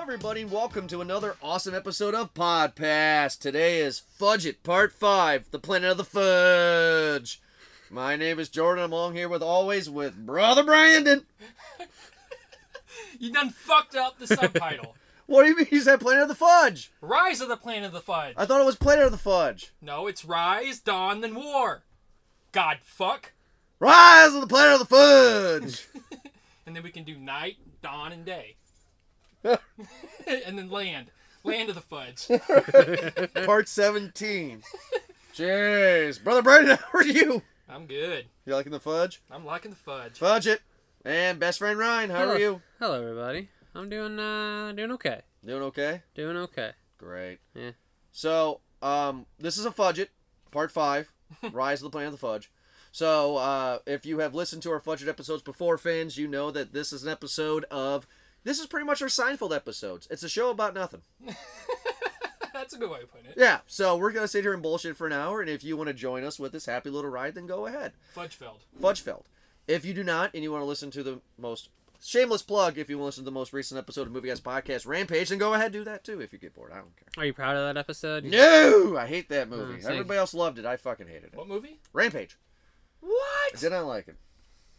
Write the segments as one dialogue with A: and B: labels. A: everybody, and welcome to another awesome episode of Podpass. Today is Fudge It Part 5, The Planet of the Fudge. My name is Jordan. I'm along here with always with Brother Brandon.
B: You done fucked up the subtitle.
A: What do you mean you said Planet of the Fudge?
B: Rise of the Planet of the Fudge.
A: I thought it was Planet of the Fudge.
B: No, it's Rise, Dawn, then War. God fuck.
A: Rise of the Planet of the Fudge.
B: And then we can do night, dawn, and day. and then land. Land of the Fudge.
A: Part 17. Jeez. Brother Brandon, how are you?
B: I'm good.
A: You liking the fudge?
B: I'm liking the fudge.
A: Fudge it. And best friend Ryan, how
C: Hello.
A: are you?
C: Hello, everybody. I'm doing uh doing okay.
A: Doing okay?
C: Doing okay.
A: Great.
C: Yeah.
A: So, um, this is a Fudget, part five, Rise of the Planet of the Fudge. So, uh, if you have listened to our Fudget episodes before, fans, you know that this is an episode of. This is pretty much our Seinfeld episodes. It's a show about nothing.
B: That's a good way of putting it.
A: Yeah, so we're going to sit here and bullshit for an hour, and if you want to join us with this happy little ride, then go ahead.
B: Fudgefeld.
A: Fudgefeld. If you do not, and you want to listen to the most shameless plug, if you want to listen to the most recent episode of Movie Guys Podcast Rampage, then go ahead do that too if you get bored. I don't care.
C: Are you proud of that episode?
A: No, I hate that movie.
B: Mm,
C: Oh, see.
A: Everybody else loved it. I fucking hated it.
B: What movie?
A: Rampage. I
B: What?
A: did not like it.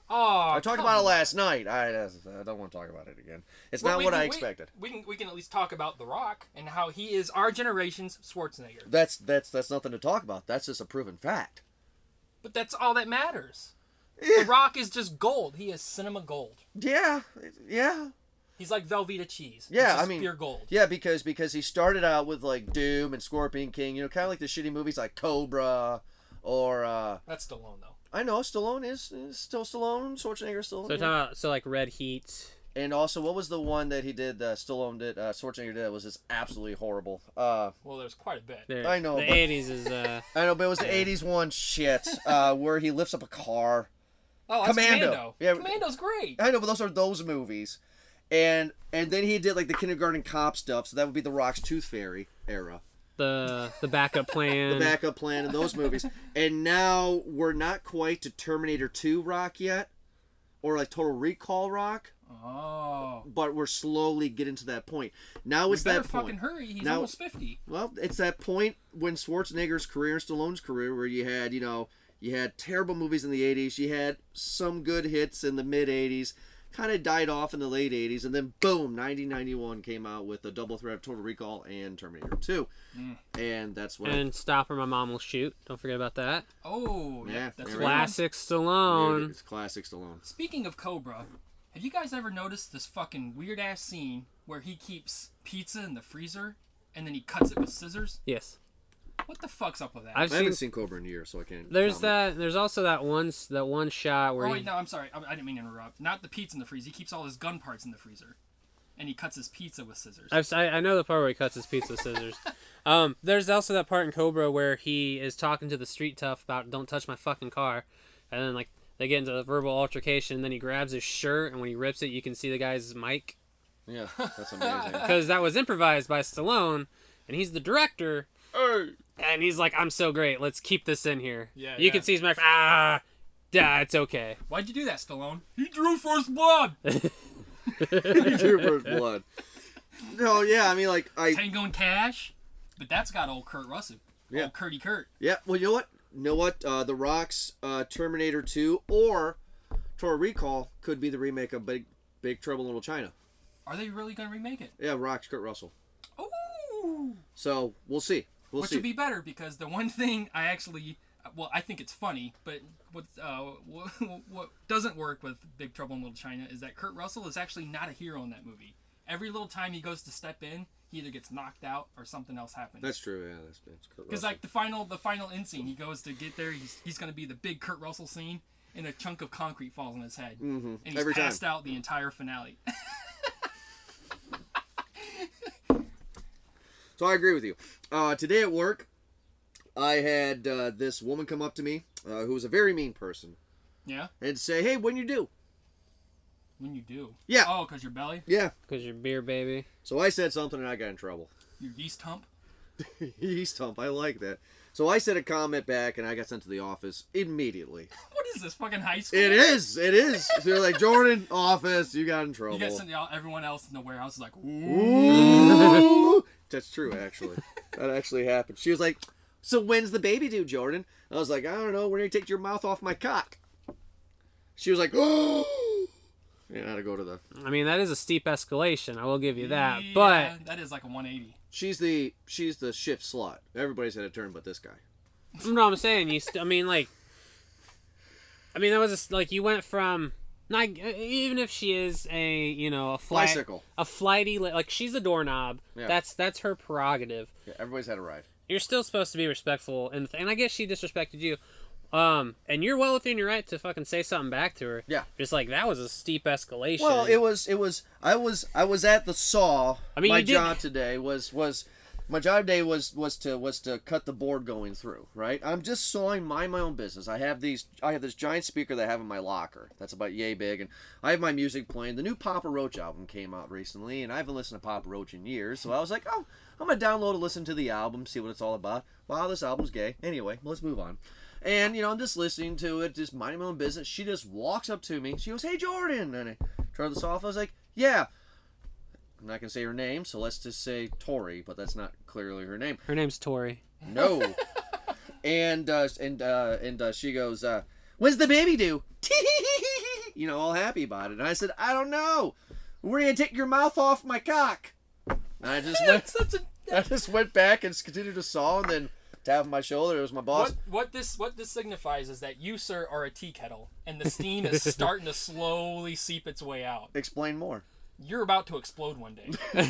B: Oh,
A: I talked about it last night. I, I don't want to talk about it again. It's not what I expected.
B: We can we can at least talk about The Rock and how he is our generation's Schwarzenegger.
A: That's that's that's nothing to talk about. That's just a proven fact.
B: But that's all that matters. The Rock is just gold. He is cinema gold.
A: Yeah, yeah,
B: He's like Velveeta cheese. It's
A: Yeah, I
B: just
A: mean-
B: pure gold.
A: yeah. Because because he started out with like Doom and Scorpion King. You know, kind of like the shitty movies like Cobra or uh
B: That's Stallone though.
A: I know Stallone is, is still Stallone. Schwarzenegger is still.
C: So we're
A: you know.
C: talking about so like Red Heat.
A: And also, what was the one that he did? Uh, Stallone did. Uh, Schwarzenegger did that was just absolutely horrible. Uh,
B: Well, there's quite a bit.
C: There,
A: I know,
C: The
A: but-
C: '80s is uh
A: I know, but it was the '80s one shit uh, where he lifts up a car.
B: Oh, that's
A: Commando.
B: Commando.
A: Yeah.
B: Commando's great.
A: I know, but those are those movies, and and then he did like the kindergarten cop stuff. So that would be the Rock's Tooth Fairy era,
C: the the backup
B: Mm.
C: plan.
A: the backup plan, in those movies. And now we're not quite to Terminator Two Rock yet, or like Total Recall Rock,
B: Oh.
A: but we're slowly getting to that point. Now it's
B: better
A: that point.
B: fucking hurry. He's
A: Now-
B: almost 50.
A: Well, it's that point when Schwarzenegger's career and Stallone's career where you had, you know, you had terrible movies in the 80s, you had some good hits in the mid 80s, kind of died off in the late 80s, and then boom, 1991 came out with the double threat of Total Recall and Terminator 2. And that's when.
C: and stop or my mom will shoot. Don't forget about that.
B: Oh,
A: Yeah,
B: yeah. That's
A: there we
B: a
A: go.
B: good one.
C: Classic Stallone.
A: it's classic Stallone.
B: Speaking of Cobra, have you guys ever noticed this fucking weird ass scene where he keeps pizza in the freezer and then he cuts it with scissors?
C: Yes,
B: What the fuck's up with that?
C: I've
A: I haven't
C: seen.
A: seen Cobra in years, so I can't.
C: There's
A: comment.
C: that. There's also that one s- that one shot where
B: oh,
C: he,
B: wait, no, I'm sorry. I, I didn't mean to interrupt. Not the pizza in the freezer. He keeps all his gun parts in the freezer and he cuts his pizza with scissors.
C: I've, si know the part where he cuts his pizza with scissors. Um, there's also that part in Cobra where he is talking to the street tough about "Don't touch my fucking car," and then like they get into a verbal altercation. And then he grabs his shirt, and when he rips it, you can see the guy's mic
A: Yeah, that's
B: Uh.
A: amazing.
C: because that was improvised by Stallone, and he's the director. And he's like, "I'm so great. Let's keep this in here."
B: Yeah,
C: you
B: yeah.
C: can see his mic. Ah, yeah, it's okay.
B: Why'd you do that, Stallone? He drew first blood!
A: Trooper's blood. No, yeah, I mean, like, I.
B: Tango and Cash. But that's got old Kurt Russell.
A: Yeah.
B: Old Curdy Kurt.
A: Yeah, well, you know what? You know what? Uh, the Rock's uh, Terminator 2 or Total Recall could be the remake of Big Big Trouble in Little China.
B: Are they really going to remake it?
A: Yeah, Rock's Kurt Russell.
B: Ooh!
A: So we'll see. We'll
B: Which
A: see.
B: would be better because the one thing I actually, well, I think it's funny, but what uh, what, what doesn't work with Big Trouble in Little China is that Kurt Russell is actually not a hero in that movie. Every little time he goes to step in, he either gets knocked out or something else happens.
A: that's true. Yeah, that's, that's Kurt
B: because
A: Russell.
B: like the final the final end scene, he goes to get there. He's he's gonna be the big Kurt Russell scene, and a chunk of concrete falls on his head, mm-hmm. and he's
A: Every time.
B: passed out the entire finale.
A: So I agree with you. Uh, today at work, I had uh, this woman come up to me uh, who was a very mean person
B: yeah,
A: and say, "Hey, when you do?"
B: when you do.
A: Yeah.
B: Oh, cause your belly,
A: Yeah.
C: Cause your beer, baby.
A: So I said something and I got in trouble.
B: your yeast hump.
A: Yeast hump. I like that. So I sent a comment back, and I got sent to the office immediately.
B: What is this fucking high school?
A: It is. It is. So they're like, Jordan, office, you got in trouble.
B: You got something. Else, everyone else in the warehouse is like, ooh.
A: Ooh. That's true, actually. That actually happened. She was like, "So when's the baby due, Jordan?" I was like, "I don't know. When you take your mouth off my cock?" She was like, "Oh." And I had to go to the.
C: I mean, that is a steep escalation. I will give you that.
B: Yeah,
C: But
B: that is like a 180.
A: She's the she's the shift slot. Everybody's had a turn, but this guy.
C: No, I'm saying you. St- I mean, like, I mean, that was just, like you went from not e, even if she is a you know a fly,
A: Bicycle.
C: a flighty li- like she's a doorknob.
A: Yeah.
C: That's that's her prerogative.
A: Yeah, everybody's had a ride.
C: You're still supposed to be respectful, and and I guess she disrespected you. Um, and you're well within your right to fucking say something back to her.
A: Yeah.
C: Just like that was a steep escalation.
A: Well, it was it was I was I was at the saw.
C: I mean,
A: my
C: you did-
A: job today was was my job today was was to was to cut the board going through. Right, I'm just sawing mind my own business. I have these I have this giant speaker that I have in my locker that's about yay big, and I have my music playing. The new Papa Roach album came out recently, and I haven't listened to Papa Roach in years, so I was like, oh, I'm gonna download and listen to the album, see what it's all about. Wow, this album's gay. Anyway, let's move on. And you know, I'm just listening to it, just minding my own business. She just walks up to me. She goes, "Hey, Jordan," and I turned this off. I was like, "Yeah." I'm not gonna say her name, so let's just say Tori, but that's not clearly her name.
C: her name's Tori.
A: No. and uh, and uh, and uh, she goes, uh, "When's the baby due?" you know, all happy about it. And I said, "I don't know. We're gonna take your mouth off my cock." And I just went,
B: That's such a.
A: I just went back and continued to saw, and then tapped my shoulder. It was my boss.
B: What, what this what this signifies is that you, sir, are a tea kettle, and the steam is starting to slowly seep its way out.
A: Explain more.
B: You're about to explode one day.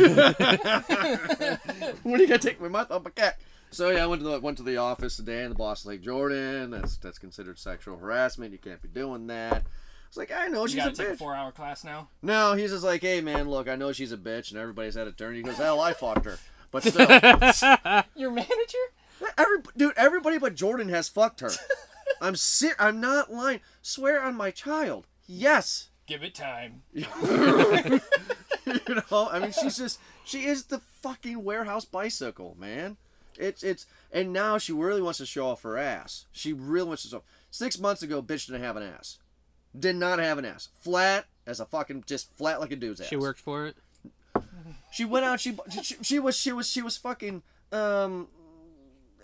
A: when are you gonna take my mouth off my cat? So yeah, I went to the went to the office today, and the boss was like, "Jordan, that's that's considered sexual harassment. You can't be doing that." I was like, "I know
B: You
A: she's a
B: gotta take a
A: bitch."
B: four-hour class now.
A: No, he's just like, "Hey man, look, I know she's a bitch, and everybody's had a turn." He goes, "Hell, I fucked her." But still,
B: Your manager?
A: every dude, everybody but Jordan has fucked her. I'm si- I'm not lying. Swear on my child. Yes.
B: Give it time.
A: you know i mean she's just she is the fucking warehouse bicycle man it's it's and now she really wants to show off her ass she really wants to show six months ago bitch didn't have an ass did not have an ass flat as a fucking just flat like a dude's ass
C: She worked for it.
A: she went out she she, she was she was she was fucking um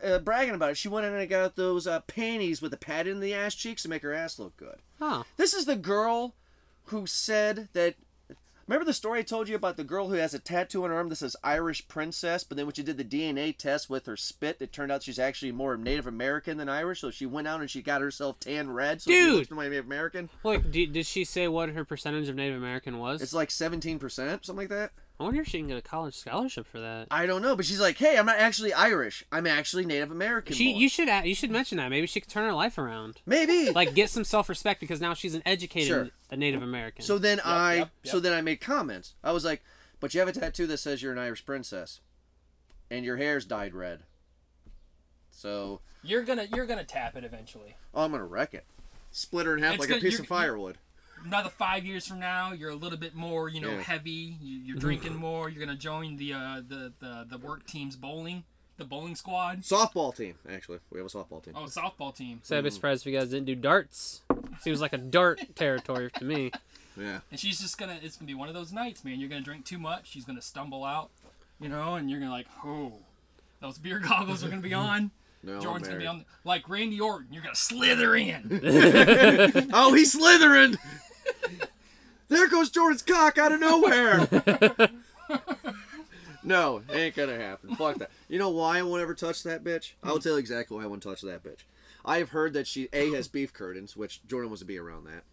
A: uh, bragging about it she went in and got those uh, panties with the pad in the ass cheeks to make her ass look good
C: Huh.
A: this is the girl who said that. Remember the story I told you about the girl who has a tattoo on her arm that says Irish princess, but then when she did the DNA test with her spit, it turned out she's actually more Native American than Irish. So she went out and she got herself tan red. So
C: Dude.
A: she looks more Native American.
C: Like, did, did she say what her percentage of Native American was?
A: It's like seventeen percent, something like that.
C: I wonder if she can get a college scholarship for that.
A: I don't know, but she's like, hey, I'm not actually Irish. I'm actually Native American.
C: She,
A: born."
C: you should, a- you should mention that. Maybe she could turn her life around.
A: maybe
C: like get some self respect because now she's an educated
A: Sure.
C: a Native American.
A: So then I
B: yep,
A: so
B: yep.
A: then I made comments. I was like, "But you have a tattoo that says you're an Irish princess, and your hair's dyed red." So
B: You're gonna you're gonna tap it eventually.
A: oh, I'm gonna wreck it, split her in half
B: It's
A: like
B: gonna-
A: a piece
B: you're-
A: of firewood.
B: Another five years from now, you're a little bit more you know
A: Yeah.
B: heavy. You, you're drinking more. You're gonna join the uh, the, the the work team's bowling, the bowling squad.
A: Softball team, actually, we have a softball team.
B: Oh, softball team.
C: so I'd be surprised if you guys didn't do darts. Seems like a dart territory to me.
A: Yeah,
B: And she's just gonna it's gonna be one of those nights, man. You're gonna drink too much. She's gonna stumble out, you know, and you're gonna like, oh, those beer goggles are gonna be on.
A: no, I'm
B: Jordan's gonna be
A: married.
B: on like Randy Orton. You're gonna slither in.
A: Oh, he's slithering. there goes Jordan's cock out of nowhere. no, ain't gonna happen. Fuck that. You know why I won't ever touch that bitch? I'll tell you exactly why I won't touch that bitch. I have heard that she a has beef curtains, which Jordan wants to be around that,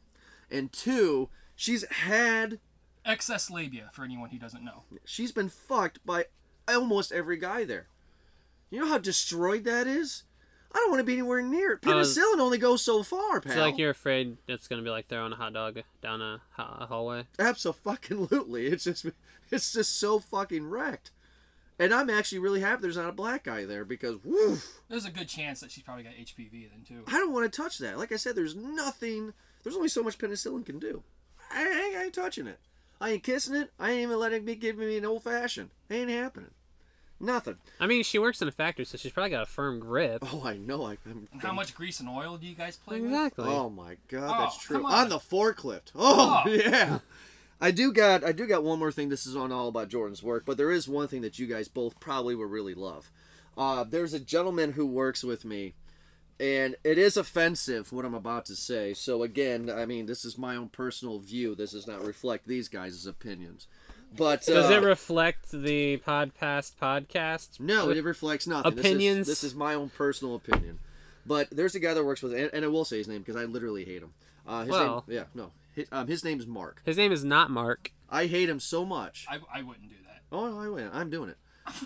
A: and two, she's had
B: Excess labia for anyone who doesn't know.
A: she's been fucked by almost every guy there. You know how destroyed that is. I don't want to be anywhere near it.
C: was-
A: Penicillin only goes so far, pal.
C: Uh, It's like you're afraid it's gonna be like throwing a hot dog down a, ha- a hallway.
A: Absolutely. It's just it's just so fucking wrecked. And I'm actually really happy there's not a black guy there because woof,
B: There's a good chance that she's probably got HPV then too.
A: I don't want to touch that. Like I said, there's nothing there's only so much penicillin can do. I, ain't- I ain't touching it. I ain't kissing it. I ain't even letting it be giving me an old fashioned. Ain't happening. Nothing.
C: I mean, she works in a factory, so she's probably got a firm grip.
A: Oh, I know. I, I'm,
B: How much grease and oil do you guys play with?
C: Exactly.
A: Oh my god,
B: Oh,
A: that's true.
B: come
A: On.
B: on.
A: the forklift. Oh,
B: Oh.
A: yeah. I do got I do got one more thing. This is on all about Jordan's work, but there is one thing that you guys both probably will really love. Uh, there's a gentleman who works with me, and it is offensive what I'm about to say. So again, I mean, this is my own personal view. This does not reflect these guys' opinions. But
C: Does
A: uh,
C: it reflect the podcast podcast?
A: no, it reflects nothing. This is-
C: Opinions?
A: This is, my own personal opinion. But there's a guy that works with, and, and I will say his name because I literally hate him. Uh, his
C: Well.
A: name, yeah, no, his, um, his name's Mark.
C: His name is not Mark.
A: I hate him so much.
B: I, I wouldn't do that.
A: oh, no, I win. I'm doing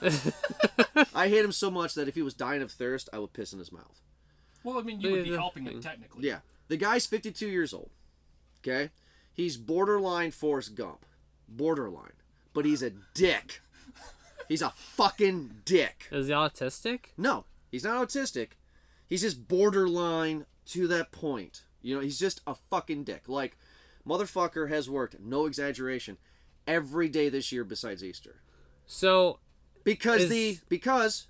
A: it. I hate him so much that if he was dying of thirst, I would piss in his mouth.
B: Well, I mean, you would be
C: Yeah,
B: helping him technically.
A: Yeah, the guy's 52 years old. Okay, he's borderline Forrest Gump, borderline, but he's a dick. He's a fucking dick.
C: Is he autistic?
A: No, he's not autistic. He's just borderline to that point. You know, he's just a fucking dick. Like, motherfucker has worked, no exaggeration, every day this year besides Easter.
C: So,
A: Because
C: Is-
A: the because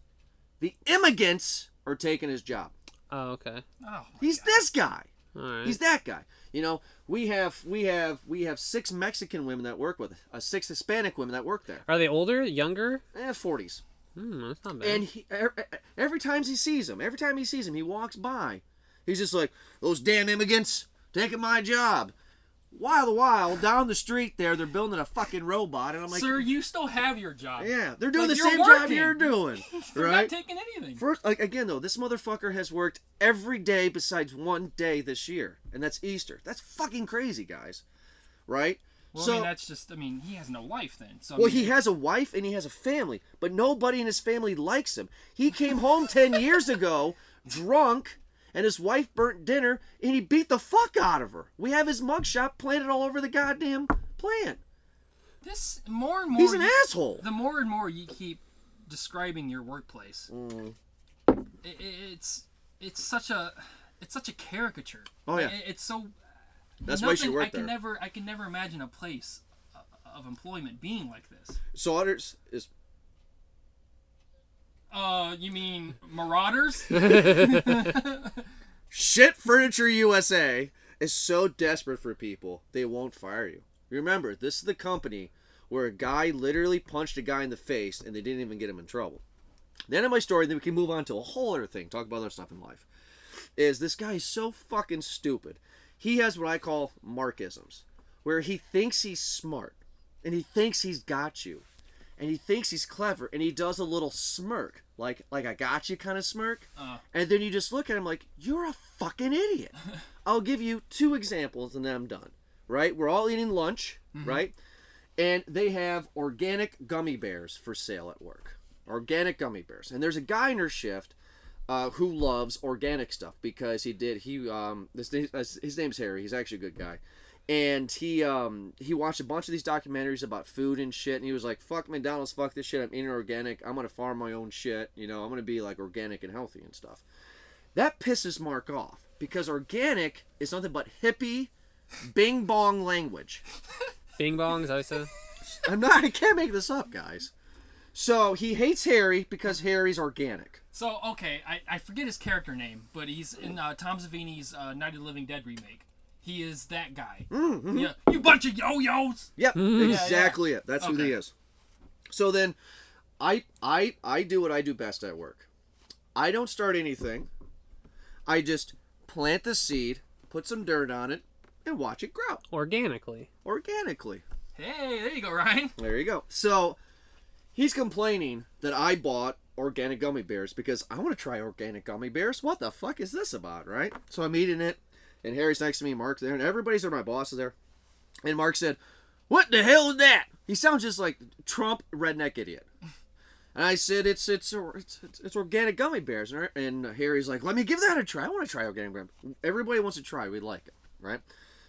A: the immigrants are taking his job.
C: oh, okay.
B: Oh,
A: He's this guy.
C: All right.
A: He's that guy. You know, we have we have we have six Mexican women that work with uh, six Hispanic women that work there.
C: Are they older, younger?
A: Eh, 40s.
C: Hmm, that's not bad.
A: And he, er- er- every time he sees him, every time he sees him, he walks by. He's just like, those damn immigrants taking my job. While the while, down the street there, they're building a fucking robot. And I'm like,
B: sir, you still have your job.
A: yeah, they're doing
B: Like,
A: the
B: you're
A: same job
B: working.
A: you're doing.
B: They're
A: right?
B: not taking anything.
A: First, like, again, though, this motherfucker has worked every day besides one day this year, and that's Easter. That's fucking crazy, guys. Right?
B: well,
A: so,
B: I mean, that's just. I mean, he has no life then. So I
A: well,
B: mean,
A: he has a wife and he has a family, but nobody in his family likes him. He came home 10 years ago drunk, and his wife burnt dinner, and he beat the fuck out of her. We have his mugshot planted all over the goddamn plant.
B: this more and more.
A: He's an
B: you-
A: asshole.
B: The more and more you keep describing your workplace,
A: Mm.
B: i- i- it's it's such a it's such a caricature.
A: Oh, yeah.
B: I- it's so.
A: That's why she
B: nothing, I
A: worked
B: can
A: there.
B: never I can never imagine a place o- of employment being like this.
A: Saunders is.
B: Uh, you mean marauders?
A: Shit Furniture USA is so desperate for people, they won't fire you. Remember, this is the company where a guy literally punched a guy in the face and they didn't even get him in trouble. The end of my story, then we can move on to a whole other thing, talk about other stuff in life. Is this guy is so fucking stupid. He has what I call Markisms, where he thinks he's smart and he thinks he's got you and he thinks he's clever and he does a little smirk like like i got you kind of smirk and then you just look at him like you're a fucking idiot i'll give you two examples and then i'm done right we're all eating lunch right and they have organic gummy bears for sale at work organic gummy bears and there's a guy in her shift uh, who loves organic stuff because he did he um this name- uh, his name's Harry he's actually a good guy and he um he watched a bunch of these documentaries about food and shit and he was like fuck McDonald's fuck this shit I'm eating organic I'm gonna farm my own shit you know I'm gonna be like organic and healthy and stuff that pisses Mark off because organic is nothing but hippie bing bong language
C: Bing bongs, I said.
A: I'm not I can't make this up guys so he hates Harry because Harry's organic
B: so okay, I, I forget his character name, but he's in uh, Tom Savini's uh, Night of the Living Dead remake. He is that guy.
A: Mm-hmm.
B: Yeah, you bunch of yo-yos.
A: Yep, exactly it. That's who
B: Okay.
A: he is. So then, I I I do what I do best at work. I don't start anything. I just plant the seed, put some dirt on it, and watch it grow
C: Organically.
A: organically.
B: Hey, there you go, Ryan.
A: There you go. So he's complaining that I bought organic gummy bears because I want to try organic gummy bears. What the fuck is this about, right? So I'm eating it, and Harry's next to me, Mark's there, and everybody's there, my boss is there. And Mark said, What the hell is that? He sounds just like Trump redneck idiot. And I said, it's it's it's, it's, it's organic gummy bears. And, and Harry's like, let me give that a try. I want to try organic gummy bears. Everybody wants to try. We like it, right?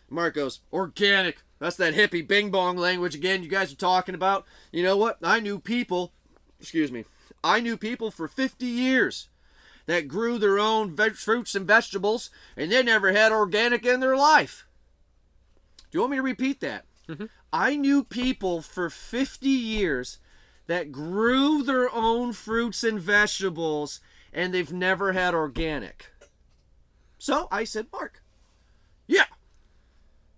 A: Mark goes, organic. That's that hippie bing bong language again you guys are talking about. You know what? I knew people, excuse me, I knew people for 50 years that grew their own veg- fruits and vegetables and they never had organic in their life. Do you want me to repeat that? I knew people for 50 years that grew their own fruits and vegetables and they've never had organic. So I said, Mark, yeah,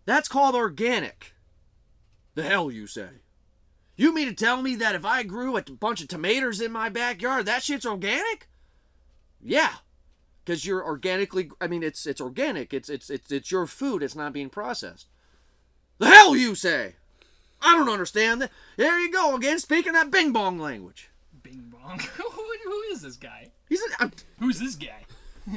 A: that's called organic. The hell you say? You mean to tell me that if I grew a t- bunch of tomatoes in my backyard, that shit's organic? Yeah, because you're organically. I mean, it's it's organic. It's it's it's it's your food. It's not being processed. The hell you say? I don't understand that. There you go again, speaking that bing bong language.
B: Bing bong. who, who is this guy?
A: He's an, I'm-
B: Who's this guy?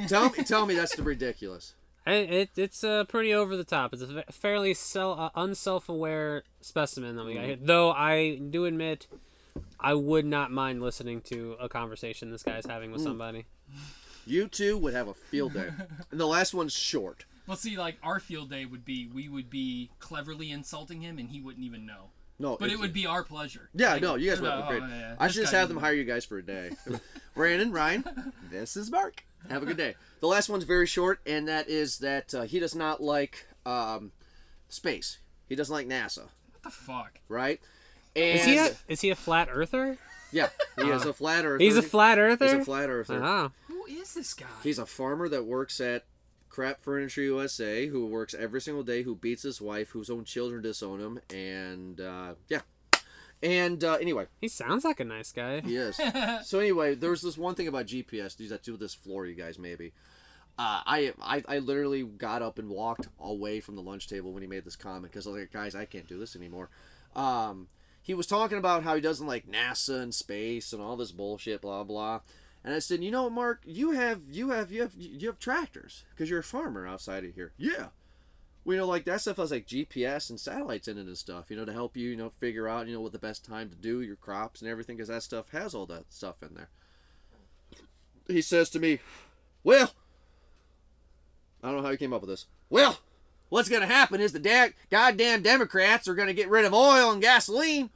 A: tell me tell me that's the ridiculous.
C: I- It, it's uh, pretty over the top. It's a fa- fairly sel- uh, unself-aware specimen that we
A: Mm-hmm.
C: got here. Though I do admit, I would not mind listening to a conversation this guy's having
A: Mm.
C: with somebody.
A: You two would have a field day. And the last one's short.
B: Well, see, like our field day would be we would be cleverly insulting him and he wouldn't even know.
A: No,
B: But it would be our pleasure.
A: Yeah, no, you guys would
B: no,
A: have a
B: oh,
A: great.
B: yeah,
A: I
B: this
A: should just
B: guy
A: have them
B: doesn't-
A: hire you guys for a day. Brandon, Ryan, this is Mark. Have a good day. The last one's very short, and that is that uh, he does not like um, space. He doesn't like NASA,
B: What the fuck?
A: right? And
C: Is he a, is he a flat earther?
A: yeah, he is a flat earther.
C: He's a flat earther.
A: He's a flat earther.
C: Ah,
B: Who is this guy?
A: He's a farmer that works at Crap Furniture USA, who works every single day, who beats his wife, whose own children disown him, and uh, yeah. And uh, anyway,
C: he sounds like a nice guy.
A: Yes. so anyway, there was this one thing about GPS. These that do this floor, you guys maybe. Uh, I, I I literally got up and walked away from the lunch table when he made this comment because I was like, guys, I can't do this anymore. Um, he was talking about how he doesn't like NASA and space and all this bullshit, blah blah. And I said, you know, what, Mark, you have you have you have you have tractors because you're a farmer outside of here. Yeah. Well, you know, like that stuff has like GPS and satellites in it and stuff, you know, to help you, you know, figure out, you know, what the best time to do your crops and everything, because that stuff has all that stuff in there. He says to me, Well, I don't know how he came up with this. Well, what's going to happen is the da- goddamn Democrats are going to get rid of oil and gasoline,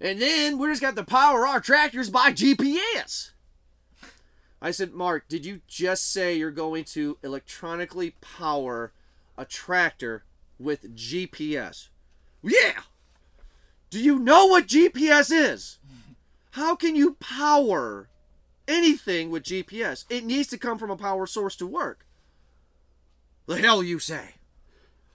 A: and then we're just going to have to power our tractors by GPS. I said, Mark, did you just say you're going to electronically power a tractor with GPS? Yeah! Do you know what GPS is? How can you power anything with GPS? It needs to come from a power source to work. The hell you say?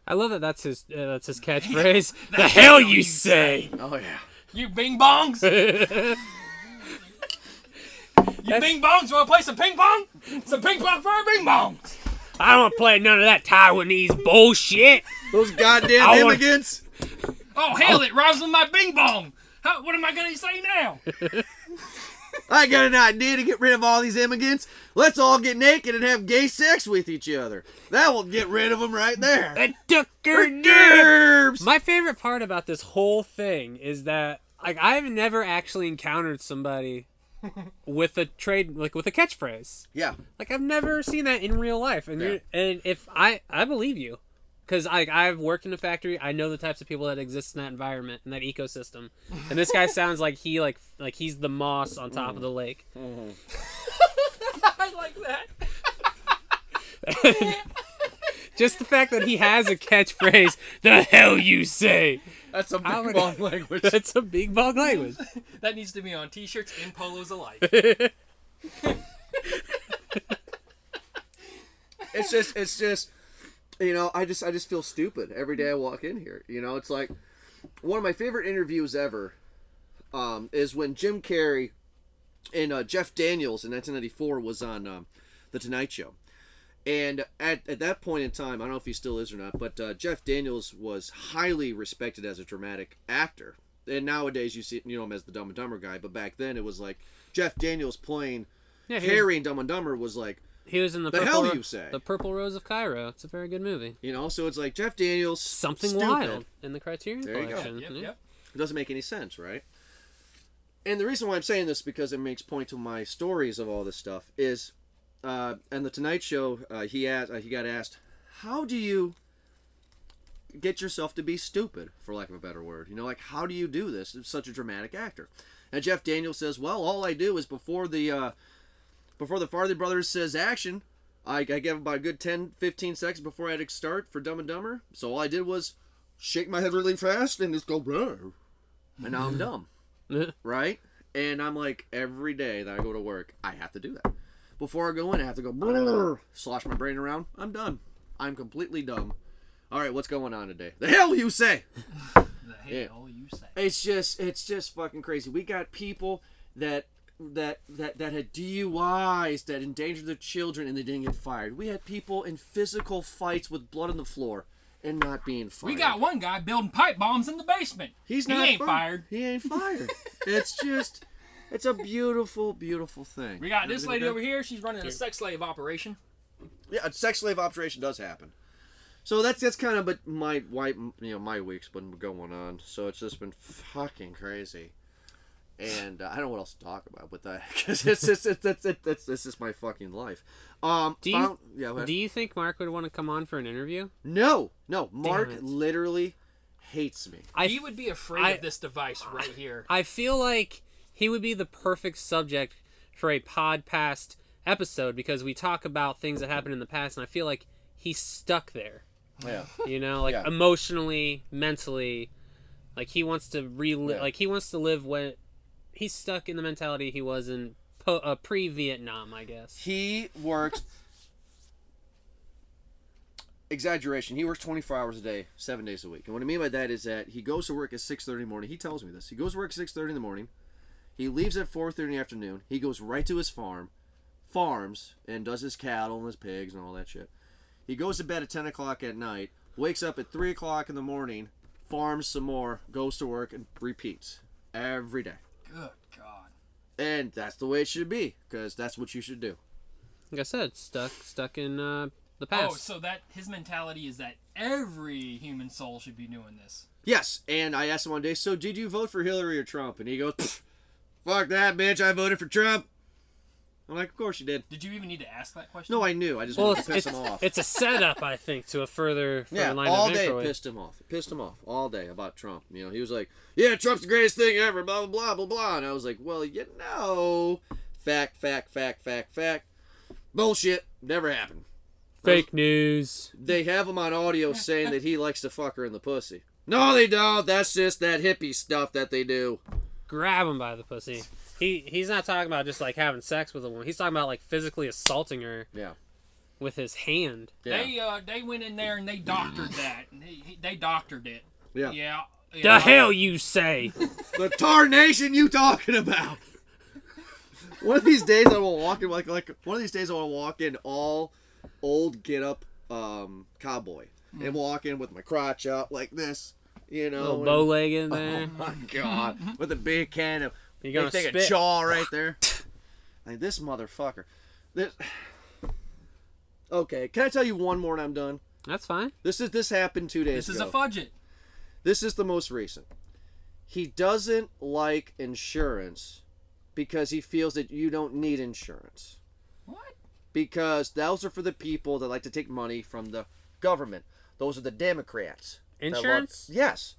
C: I love that. That's his. Uh, that's his catchphrase. the hell you
B: you
C: say?
A: Oh, yeah.
B: You bing bongs? you bing bongs? You want to play some ping pong? Some ping pong for a bing bong.
C: I don't play none of that Taiwanese bullshit.
A: Those goddamn
C: I wanna-
A: immigrants.
B: Oh hell! It rhymes with my bing bong. How, what am I gonna say now?
A: I got an idea to get rid of all these immigrants. Let's all get naked and have gay sex with each other. That will get rid of them right there.
C: The Ducker
A: Gerbs.
C: My favorite part about this whole thing is that like I've never actually encountered somebody with a trade like with a catchphrase.
A: Yeah.
C: Like I've never seen that in real life, and
A: Yeah.
C: you're and if I I believe you, because I I've worked in a factory, I know the types of people that exist in that environment and that ecosystem, and this guy sounds like he like like he's the moss on top of the lake.
B: I like that.
C: Just the fact that he has a catchphrase, the hell you say?
A: That's a
C: would-
A: big long language.
C: That's a big bog language.
B: That needs to be on t-shirts and polos alike.
A: It's just it's just you know, I just I just feel stupid every day I walk in here. You know, it's like one of my favorite interviews ever um, is when Jim Carrey and uh, Jeff Daniels in 1994 was on um, the Tonight Show. And at, at that point in time, I don't know if he still is or not, but uh, Jeff Daniels was highly respected as a dramatic actor. And nowadays, you see you know him as the Dumb and Dumber guy, but back then it was like Jeff Daniels playing
C: Yeah, he was-
A: Harry and Dumb and Dumber was like
C: He was in the,
A: The
C: purple
A: hell
C: Ro-
A: you say?
C: The Purple Rose of Cairo. It's a very good movie.
A: You know, so it's like Jeff Daniels
C: Something
A: stupid.
C: wild in the Criterion
A: There you go.
C: collection.
B: Yep,
C: Yeah.
B: yep.
A: It doesn't make any sense, right? And the reason why I'm saying this because it makes point to my stories of all this stuff is, uh, and the Tonight Show, uh, he asked, uh, he got asked, how do you get yourself to be stupid, for lack of a better word? You know, like how do you do this? It's such a dramatic actor. And Jeff Daniels says, well, all I do is before the uh, before the Farley Brothers says action, I, I gave about a good 10, 15 seconds before I had to start for Dumb and Dumber. So all I did was shake my head really fast and just go, "Brr," and now I'm dumb, right? And I'm like, every day that I go to work, I have to do that. Before I go in, I have to go brrr, slosh my brain around. I'm done. I'm completely dumb. All right, what's going on today? The hell you say?
B: The hell you say?
A: It's just, it's just fucking crazy. We got people that that that that had DUIs that endangered their children and they didn't get fired. We had people in physical fights with blood on the floor and not being fired.
B: We got one guy building pipe bombs in the basement.
A: He's
B: he
A: not
B: ain't fired.
A: He ain't fired. it's just, it's a beautiful, beautiful thing.
B: We got this lady over here. She's running a sex slave operation.
A: Yeah, a sex slave operation does happen. So that's that's kind of but my why you know my week's been going on. So it's just been fucking crazy, and uh, I don't know what else to talk about with that because it's just it's it's it's, it's, it's just my fucking life. Um,
C: Do you-
A: found- yeah, go ahead.
C: Do you think Mark would want to come on for an interview?
A: no, no, Mark
C: it.
A: literally hates me.
C: I
B: he would be afraid
C: I-
B: of this device right here.
C: I feel like he would be the perfect subject for a podcast episode because we talk about things that happened in the past, and I feel like he's stuck there.
A: Yeah,
C: You know, like
A: Yeah.
C: emotionally, mentally, like he wants to relive.
A: Yeah.
C: Like he wants to live what he's stuck in the mentality he was in po- uh, pre-Vietnam, I guess.
A: he works. Exaggeration. He works 24 hours a day, seven days a week. And what I mean by that is that he goes to work at 6:30 in the morning. He tells me this. He goes to work at 6:30 in the morning. He leaves at 4:30 in the afternoon. He goes right to his farm, farms, and does his cattle and his pigs and all that shit. He goes to bed at 10 o'clock at night. Wakes up at 3 o'clock in the morning, farms some more, goes to work, and repeats every day.
B: Good God.
A: And that's the way it should be, because that's what you should do.
C: Like I said, stuck, stuck in uh,
B: Oh,
C: the past.
B: so that his mentality is that every human soul should be doing this.
A: Yes, and I asked him one day, so did you vote for Hillary or Trump? And he goes, "Pfft, fuck that, bitch, I voted for Trump. I'm like, of course you did.
B: Did you even need to ask that question?
A: No, I knew. I just
C: well,
A: wanted
C: it's,
A: to piss
C: it's,
A: him off.
C: it's a setup, I think, to a further, further
A: yeah,
C: line
A: all
C: of
A: day
C: inquiry.
A: pissed him off. Pissed him off all day about Trump. You know, he was like, yeah, Trump's the greatest thing ever, blah, blah, blah, blah, blah. And I was like, well, you know, fact, fact, fact, fact, fact. Bullshit. Never happened.
C: Fake news.
A: They have him on audio saying that he likes to fuck her in the pussy. No, they don't. That's just that hippie stuff that they do.
C: grab him by the pussy. He he's not talking about just like having sex with a woman. He's talking about like physically assaulting her
A: Yeah.
C: with his hand.
A: Yeah.
B: They uh, they went in there and they doctored that. And he, he, they doctored it.
A: yeah.
B: Yeah. yeah.
C: The hell you say?
A: The tarnation you talking about? one of these days I will walk in like like one of these days I want to walk in all old get up um cowboy and walk in with my crotch up like this, you know.
C: Little
A: and-
C: bow leg in
A: oh
C: there.
A: my god, with a big can of they
C: You gonna
A: take a
C: spit?
A: jaw right there. like this motherfucker. This. Okay, can I tell you one more and I'm done?
C: That's fine.
A: This is this happened two days
B: This is
A: ago.
B: a fudget.
A: This is the most recent. He doesn't like insurance because he feels that you don't need insurance.
B: What?
A: Because those are for the people that like to take money from the government. Those are the Democrats. that love-
C: Insurance?
A: yes.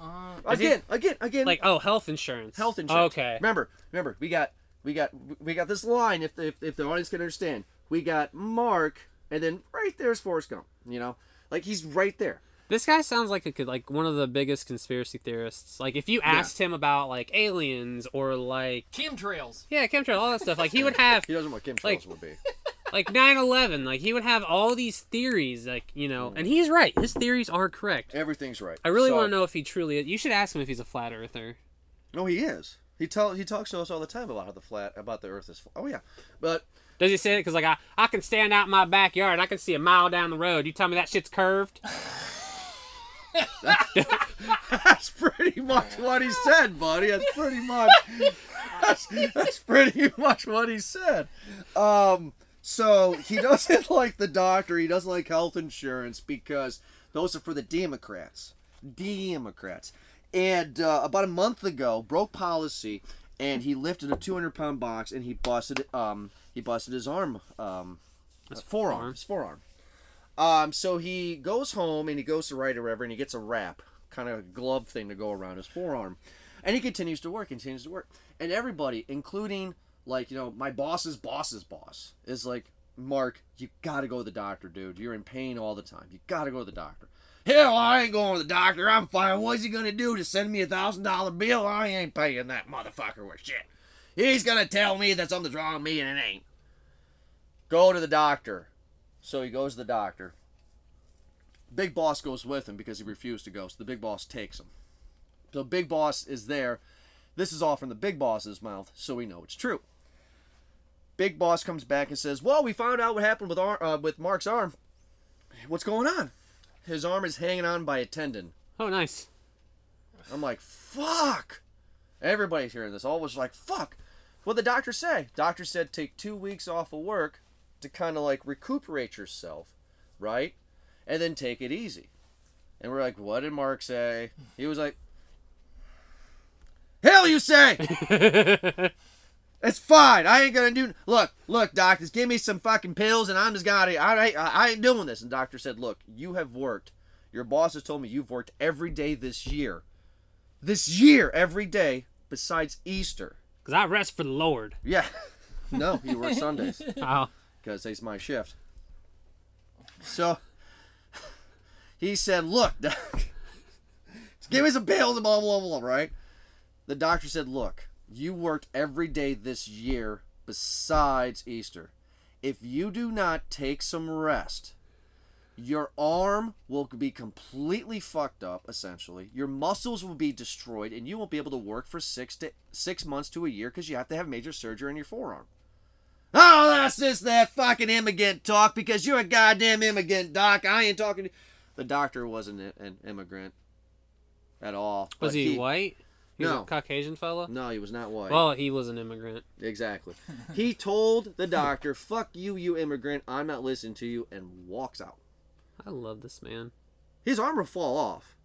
B: Uh,
C: he-
A: Again, again, again.
C: Like oh, health insurance.
A: health insurance.
C: Okay.
A: Remember, remember, we got, we got, we got this line. If the, if, if the audience can understand, we got Mark, and then right there's Forrest Gump. You know, like he's right there.
C: This guy sounds like a, like one of the biggest conspiracy theorists. Like if you asked him about like aliens or like
B: chemtrails.
C: yeah, chemtrail, all that stuff, like he would have
A: He doesn't know what Kim Charles
C: Like-
A: would be.
C: like 9/11, like he would have all these theories like, you know, and he's right. His theories are correct.
A: Everything's right.
C: I really
A: Mm. So-
C: want to know if he truly You should ask him if he's a flat earther.
A: No, he is. He tell he talks to us all the time about how the flat about the Earth is flat. Oh yeah, but
C: Does he say it? Because like I, I can stand out in my backyard. I can see a mile down the road. You tell me that shit's curved.
A: that's pretty much what he said, buddy. That's pretty much that's, that's pretty much what he said. Um, so he doesn't like the doctor. He doesn't like health insurance because those are for the Democrats. Democrats. And uh, about a month ago, broke policy, and he lifted a 200 pound box and he busted um he busted his arm um his forearm his forearm. Um, so he goes home and he goes to write or whatever, and he gets a wrap, kind of a glove thing to go around his forearm, and he continues to work, continues to work, and everybody, including like you know my boss's boss's boss, is like, Mark, you gotta go to the doctor, dude. You're in pain all the time. You gotta go to the doctor. Hell, I ain't going to the doctor. I'm fine. What's he gonna do? Just send me a thousand dollar bill? I ain't paying that motherfucker with shit. He's gonna tell me that something's wrong with me and it ain't. Go to the doctor. So he goes to the doctor. Big boss goes with him because he refused to go. So the big boss takes him. So big boss is there. This is all from the big boss's mouth, so we know it's true. Big boss comes back and says, "Well, we found out what happened with our, uh, with Mark's arm. What's going on? His arm is hanging on by a tendon."
C: Oh, nice.
A: I'm like, "Fuck!" Everybody's hearing this. All was like, "Fuck!" What the doctor say? Doctor said take two weeks off of work to kind of like recuperate yourself, right? And then take it easy. And we're like, "What did Mark say?" He was like, "Hell, you say." It's fine. I ain't gonna do. Look, look, doc. Just give me some fucking pills, and I'm just gonna. I, I, I ain't doing this. And the doctor said, "Look, you have worked. Your boss has told me you've worked every day this year. This year, every day besides Easter.
C: Cause I rest for the Lord.
A: Yeah. No, you work Sundays
C: Oh,
A: because it's my shift. So he said, Look, doc, just give me some pills and blah, blah, blah, right? The doctor said, Look, you worked every day this year besides Easter. If you do not take some rest, your arm will be completely fucked up essentially your muscles will be destroyed and you won't be able to work for six to six months to a year because you have to have major surgery on your forearm Oh, that's just that fucking immigrant talk because you're a goddamn immigrant, Doc. I ain't talking to The doctor wasn't a- an immigrant at all.
C: was
A: but
C: he, white? He was
A: No.
C: a Caucasian fella.
A: No, he was not white.
C: Well, he was an immigrant.
A: exactly. he told the doctor, fuck you, you immigrant. I'm not listening to you, and walks out.
C: I love this man.
A: His arm will fall off.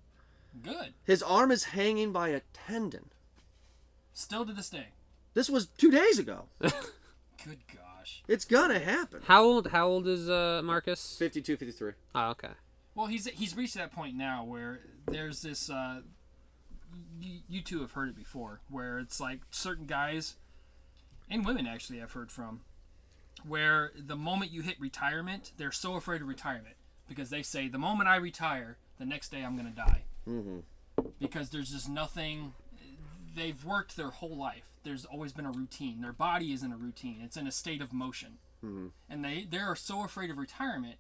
B: Good.
A: His arm is hanging by a tendon.
B: Still to this day.
A: This was two days ago.
B: Good gosh.
A: It's gonna happen.
C: How old? How old is uh, Marcus?
A: 52, 53.
C: Oh, okay.
B: Well, he's he's reached that point now where there's this. Uh, you, you two have heard it before, where it's like certain guys, and women actually I've heard from, where the moment you hit retirement, they're so afraid of retirement because they say the moment I retire, the next day I'm gonna die. Mm-hmm. Because there's just nothing. They've worked their whole life. There's always been a routine. Their body is in a routine. It's in a state of motion. Mm-hmm. And they they are so afraid of retirement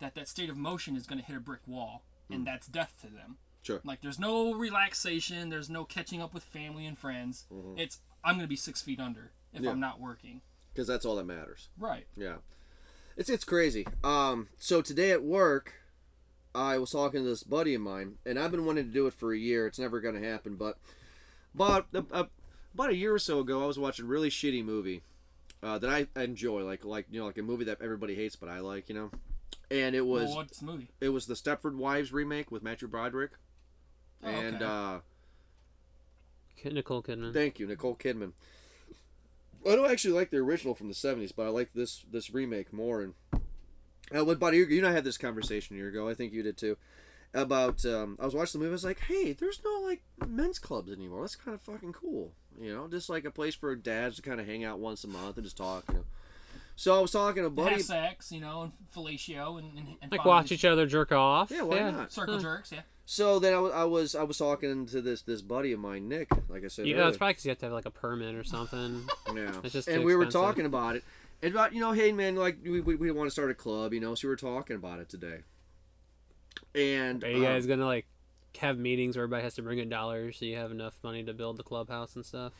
B: that that state of motion is going to hit a brick wall
A: Hmm.
B: and that's death to them
A: Sure.
B: like there's no relaxation there's no catching up with family and friends it's i'm going to be six feet under if
A: Mm-hmm. Yeah.
B: i'm not working
A: Because that's all that matters.
B: right
A: Yeah. It's it's crazy. Um so today at work I was talking to this buddy of mine and I've been wanting to do it for a year. It's never going to happen, but about uh, about a year or so ago I was watching a really shitty movie uh, that I I enjoy like like you know like a movie that everybody hates but I like, you know. And it was
B: well, what's the movie
A: it was the Stepford Wives remake with Matthew Broderick
B: Oh,
A: and
B: okay.
A: uh
C: Nicole Kidman.
A: Thank you, Nicole Kidman. I don't actually like the original from the '70s, but I like this this remake more. And uh, with Buddy, you and I had this conversation a year ago. I think you did too. About um, I was watching the movie. I was like, "Hey, there's no like men's clubs anymore. That's kind of fucking cool, you know? Just like a place for dads to kind of hang out once a month and just talk." You know? So I was talking to
B: They have
A: Buddy.
B: sex you know and fellatio and, and, and
C: Like
B: fondly-
C: watch each other jerk off.
A: Yeah, why not?
B: circle jerks yeah
A: So then I wa- I was I was talking to this this buddy of mine, Nick. Like I said,
C: You know,
A: earlier.
C: it's probably because you have to have like a permit or something.
A: Yeah.
C: It's just
A: and
C: too
A: we were
C: expensive.
A: talking about it. And about, you know, hey, man, like, we, we, we want to start a club, you know, so we were talking about it today. And
C: Are you
A: um,
C: guys gonna like have meetings where everybody has to bring a dollar so you have enough money to build the clubhouse and stuff?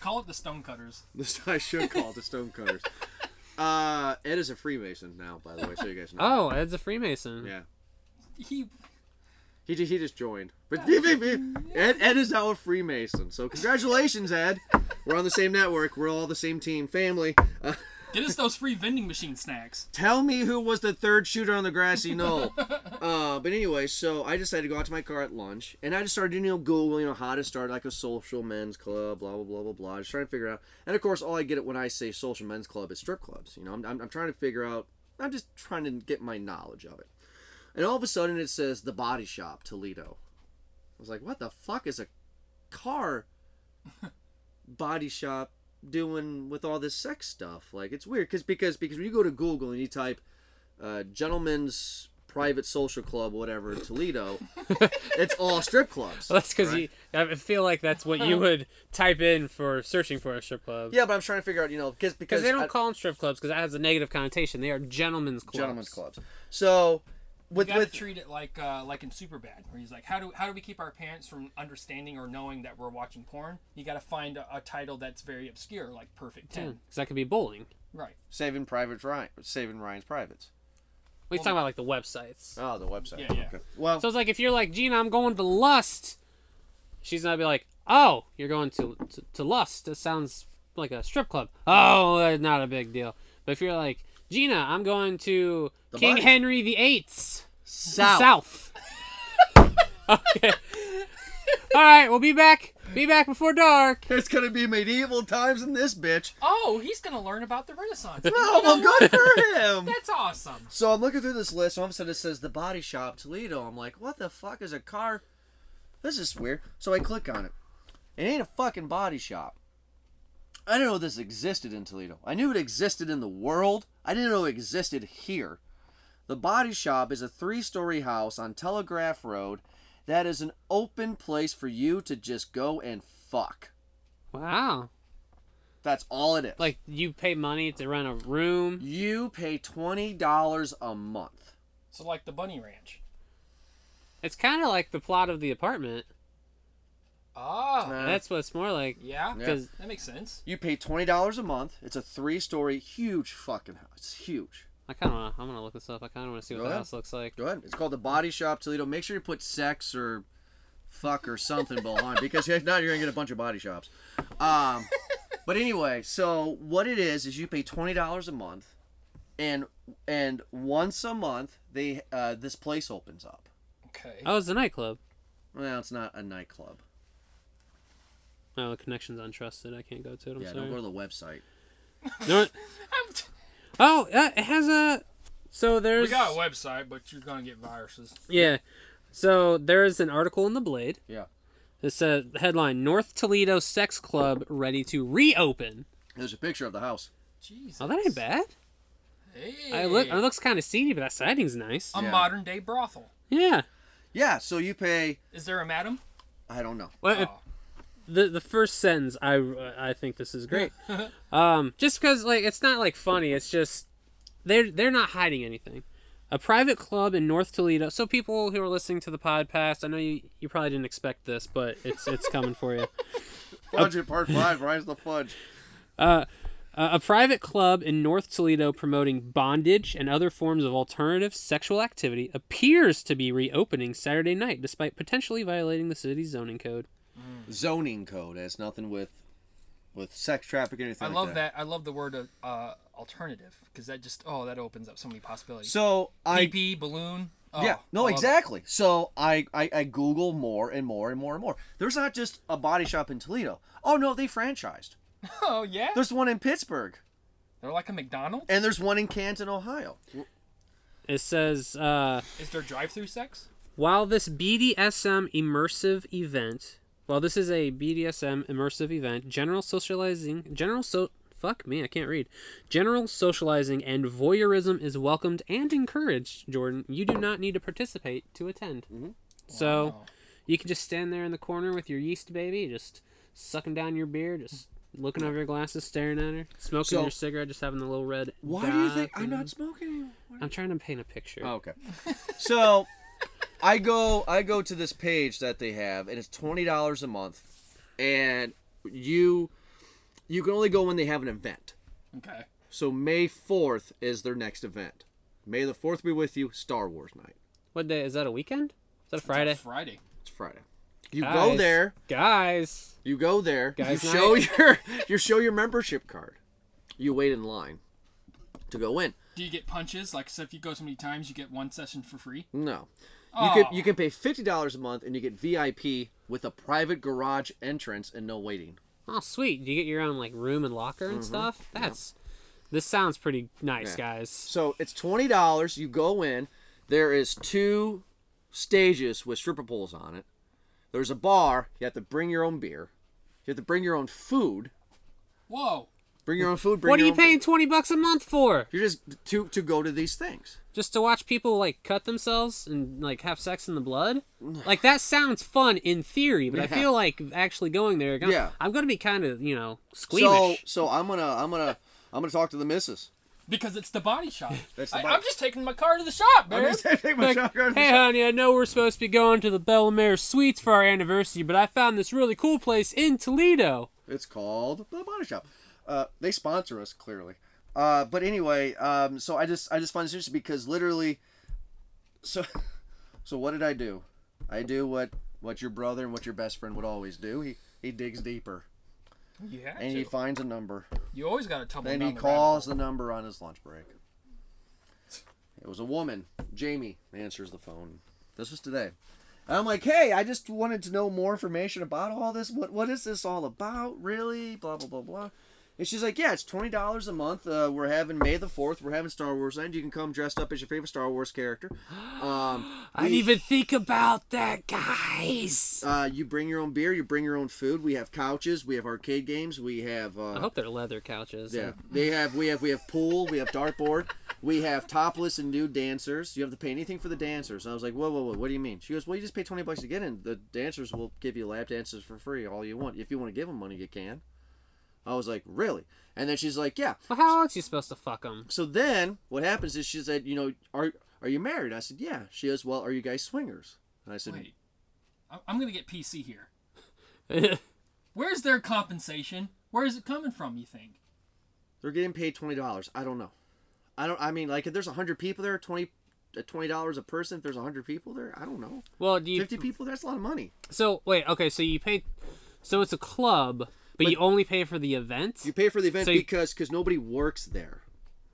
B: call it the stonecutters
A: this I should call it the Stonecutters. uh, Ed is a Freemason now, by the way, so you guys know.
C: oh, Ed's a Freemason.
A: Yeah.
B: he
A: He, ju- he just joined. But beep, beep, beep. Ed, Ed is now a Freemason. So congratulations, Ed. We're on the same network. We're all the same team family. Uh,
B: get us those free vending machine snacks
A: Tell me who was the third shooter on the grassy knoll. uh, but anyway, so I decided to go out to my car at lunch, and I just started, you know, Google, you know, how to start like a social men's club, blah blah blah blah blah. Just trying to figure out. And of course, all I get it when I say social men's club is strip clubs. You know, I'm, I'm, I'm trying to figure out. I'm just trying to get my knowledge of it. And all of a sudden, it says the Body Shop Toledo. I was like, what the fuck is a car body shop doing with all this sex stuff? Like it's weird because because because when you go to Google and you type uh, gentleman's private social club, whatever, in Toledo, it's all strip clubs.
C: Well, that's because
A: right?
C: I feel like that's what you would type in for searching for a strip club.
A: Yeah, but I'm trying to figure out, you know, cause, because
C: Because they don't
A: I-
C: call them strip clubs because that has a negative connotation. They are gentlemen's clubs.
A: gentlemen's clubs. So
B: You
A: with
B: gotta
A: with
B: treat it like uh, like in Superbad, where he's like, how do how do we keep our parents from understanding or knowing that we're watching porn? You gotta find a, a title that's very obscure, like Perfect Ten.
C: Because that could be bowling.
B: Right.
A: Saving Private Ryan, Saving Ryan's Privates.
C: We're talking about like the websites.
A: Oh, the website.
B: Yeah, yeah.
A: Okay. Well,
C: So it's like if you're like Gina, I'm going to Lust. She's gonna be like, oh, you're going to to, to Lust. That sounds like a strip club. Oh, that's not a big deal. But if you're like Gina, I'm going to King
A: mine.
C: Henry the Eighth's
A: south.
C: South. okay. All right, we'll be back. Be back before dark.
A: It's gonna be medieval times in this bitch.
B: Oh, he's gonna learn about the Renaissance.
A: Oh, well, good for him.
B: That's awesome.
A: So I'm looking through this list, and all of a sudden it says the Body Shop Toledo. I'm like, what the fuck is a car? This is weird. So I click on it. It ain't a fucking body shop. I didn't know this existed in Toledo. I knew it existed in the world. I didn't know it existed here. The Body Shop is a three story house on Telegraph Road that is an open place for you to just go and fuck.
C: Wow.
A: That's all it is.
C: Like you pay money to rent a room.
A: you pay $20 a month.
B: So like the Bunny Ranch.
C: It's kind of like the plot of the apartment.
B: Ah.
A: Uh,
C: That's what it's more like.
B: yeah.
A: Yeah.
C: Because
B: That makes sense.
A: You pay twenty dollars a month. It's a three-story, huge fucking house. It's huge.
C: I kind of want to. I'm gonna look this up. I kind of want to see what
A: Go
C: the
A: ahead.
C: house looks like.
A: Go ahead. It's called the Body Shop Toledo. Make sure you put sex or fuck or something behind because if not, you're gonna get a bunch of body shops. Um, but anyway, so what it is is you pay twenty dollars a month, and and once a month they uh, this place opens up.
B: Okay.
C: Oh, it's a nightclub.
A: Well, it's not a nightclub.
C: Oh, the connection's untrusted. I can't go to it. I'm
A: yeah,
C: sorry.
A: don't go to the website.
C: Don't-
B: I'm t-
C: oh, uh, it has a. So
B: we
C: there's.
B: got a website, but you're gonna get viruses.
C: Yeah. So there is an article in the Blade.
A: Yeah.
C: It says headline: North Toledo Sex Club ready to reopen.
A: There's a picture of the house.
B: Jesus.
C: Oh, that ain't bad.
B: Hey. Um,
C: I look, it looks kind of seedy, but that siding's nice.
B: a
A: Yeah.
B: modern day brothel.
C: yeah.
A: Yeah. So you pay.
B: Is there a madam?
A: I don't know.
C: Well,
B: Oh.
C: the the first sentence, I I think this is great. um, just because like it's not like funny, it's just they're they're not hiding anything. A private club in North Toledo. So people who are listening to the podcast, I know you, you probably didn't expect this, but it's it's coming for you.
A: Fudge at part five. Rise of the fudge.
C: Uh, a private club in North Toledo promoting bondage and other forms of alternative sexual activity appears to be reopening Saturday night, despite potentially violating the city's zoning code.
A: zoning code. It has nothing with with sex trafficking or anything
B: I
A: like
B: love that. I love the word uh, uh, alternative because that just oh that opens up so many possibilities.
A: So I
B: PP balloon. Oh,
A: yeah
B: I
A: no
B: love it.
A: exactly. So I, I I Google more and more and more and more. There's not just a body shop in Toledo. Oh no, they franchised.
B: Oh yeah.
A: There's one in Pittsburgh
B: They're like a McDonald's.
A: and there's one in Canton, Ohio.
C: It says. Uh,
B: Is there drive-through sex?
C: While this BDSM immersive event, while this is a BDSM immersive event, general socializing, general so fuck me, I can't read. General socializing and voyeurism is welcomed and encouraged. Jordan, you do not need to participate to attend.
A: Mm-hmm.
C: So you can just stand there in the corner with your yeast baby, just sucking down your beer, just looking over your glasses, staring at her, smoking
A: So-
C: your cigarette, just having the little red.
A: Why do you
C: dot
A: think I'm
C: and-
A: not smoking anymore?
C: I'm trying to paint a picture.
A: Oh, okay. So I go I go to this page that they have and it's twenty dollars a month and you you can only go when they have an event.
B: Okay.
A: So May 4th is their next event. May the 4th be with you, Star Wars night.
C: What day is that? A weekend? Is that a Friday?
B: Friday.
A: It's Friday. You go
C: Guys,
A: there,
C: guys.
A: you go there,
C: Guys'
A: you show your you show your membership card. You wait in line to go in.
B: Do you get punches? Like, so if you go so many times, you get one session for free.
A: No. You
C: Oh.
B: Aw.
A: can you can pay $50 a month and you get VIP with a private garage entrance and no waiting.
C: Oh, sweet! Do you get your own like room and locker and stuff? That's this sounds pretty nice,
A: Mm-hmm. Yeah.
C: guys.
A: So it's twenty dollars. You go in. There is two stages with stripper poles on it. There's a bar. You have to bring your own beer. You have to bring your own food.
B: Whoa.
A: Bring your own food. Bring
C: What are
A: your
C: you
A: own-
C: paying twenty bucks a month for?
A: You're just to to go to these things.
C: Just to watch people like cut themselves and like have sex in the blood? Like that sounds fun in theory, but I
A: Yeah.
C: feel like actually going there. Gonna,
A: Yeah.
C: I'm gonna be kind of you know
A: So
C: squeamish.
A: so I'm gonna I'm gonna I'm gonna talk to the missus.
B: because it's the body shop.
A: That's the
B: I,
A: body-
B: am just taking my car to the shop,
A: I'm
B: man.
A: just gonna take my
C: Like,
A: shotgun.
C: hey, honey, I know we're supposed to be going to the Bellamere Suites for our anniversary, but I found this really cool place in Toledo.
A: It's called the Body Shop. Uh, they sponsor us clearly. Uh, but anyway, um, so I just I just find this interesting because literally, so so what did I do? I do what what your brother and what your best friend would always do. He he digs deeper
B: you have
A: and
B: to.
A: he finds a number.
B: you always got to tumble
A: Then
B: down
A: he
B: the
A: calls the number on his lunch break. It was a woman. Jamie answers the phone. This was today. And I'm like, hey, I just wanted to know more information about all this. What what is this all about, really? Blah blah blah blah. And she's like, yeah, it's twenty dollars a month. Uh, we're having May the fourth. We're having Star Wars Night. You can come dressed up as your favorite Star Wars character. Um,
C: I didn't even think about that, guys.
A: uh, you bring your own beer. You bring your own food. We have couches. We have arcade games. We have. Uh,
C: I hope they're leather couches.
A: Yeah, they have. We have. We have pool. We have dartboard. We have topless and nude dancers. You have to pay anything for the dancers. And I was like, whoa, whoa, whoa. What do you mean? She goes, well, you just pay twenty bucks to get in. The dancers will give you lap dances for free, all you want. If you want to give them money, you can. I was like, really? And then she's like, yeah.
C: Well, how else you supposed to fuck them?
A: So then what happens is she said, you know, are are you married? I said, yeah. She goes, well, are you guys swingers? And I said,
B: Wait, I- I'm gonna get PC here.
C: That's
B: Where's their compensation? Where is it coming from? You think?
A: they're getting paid twenty dollars. I don't know. I don't. I mean, like, if there's hundred people there, twenty. at Twenty dollars a person. If there's hundred people there, I don't know.
C: well, do you?
A: Fifty people. That's a lot of money.
C: So wait, okay, so you pay. So it's a club, but, you only pay for the event.
A: You pay for the event
C: So you-
A: because because nobody works there.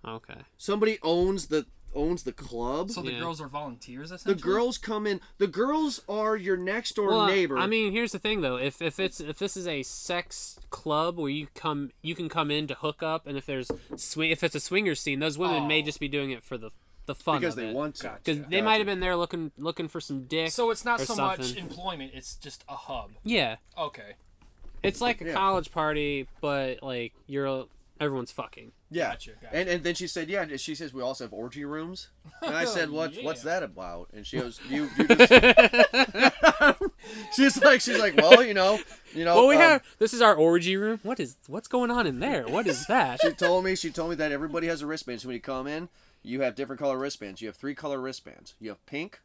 C: Okay.
A: Somebody owns the owns the club.
B: So the
C: Yeah.
B: girls are volunteers.
A: the
B: Essentially?
A: girls come in. The girls are your next door
C: Well,
A: neighbor.
C: I mean, here's the thing though. If if it's if this is a sex club where you come you can come in to hook up, and if there's swing if it's a swinger scene, those women may
B: Oh.
C: just be doing it for the the fun
A: because
C: of
A: they
C: it.
A: want to.
C: Because they might have been there looking looking for some dick.
B: So it's not
C: or
B: so much
C: something.
B: employment. It's just a hub.
C: yeah,
B: Okay.
C: it's like a
A: Yeah.
C: college party, but like you're everyone's fucking.
A: Yeah.
B: Gotcha, gotcha.
A: And and then she said, yeah. and She says we also have orgy rooms. And I
C: Oh,
A: said, what
B: Yeah.
A: what's that about? And she goes, you. you just... she's like she's like well you know you know.
C: Well, we
A: um,
C: have this is our orgy room. What is what's going on in there? What is that?
A: She told me she told me that everybody has a wristband. So when you come in, you have different color wristbands. You have three color wristbands. You have pink,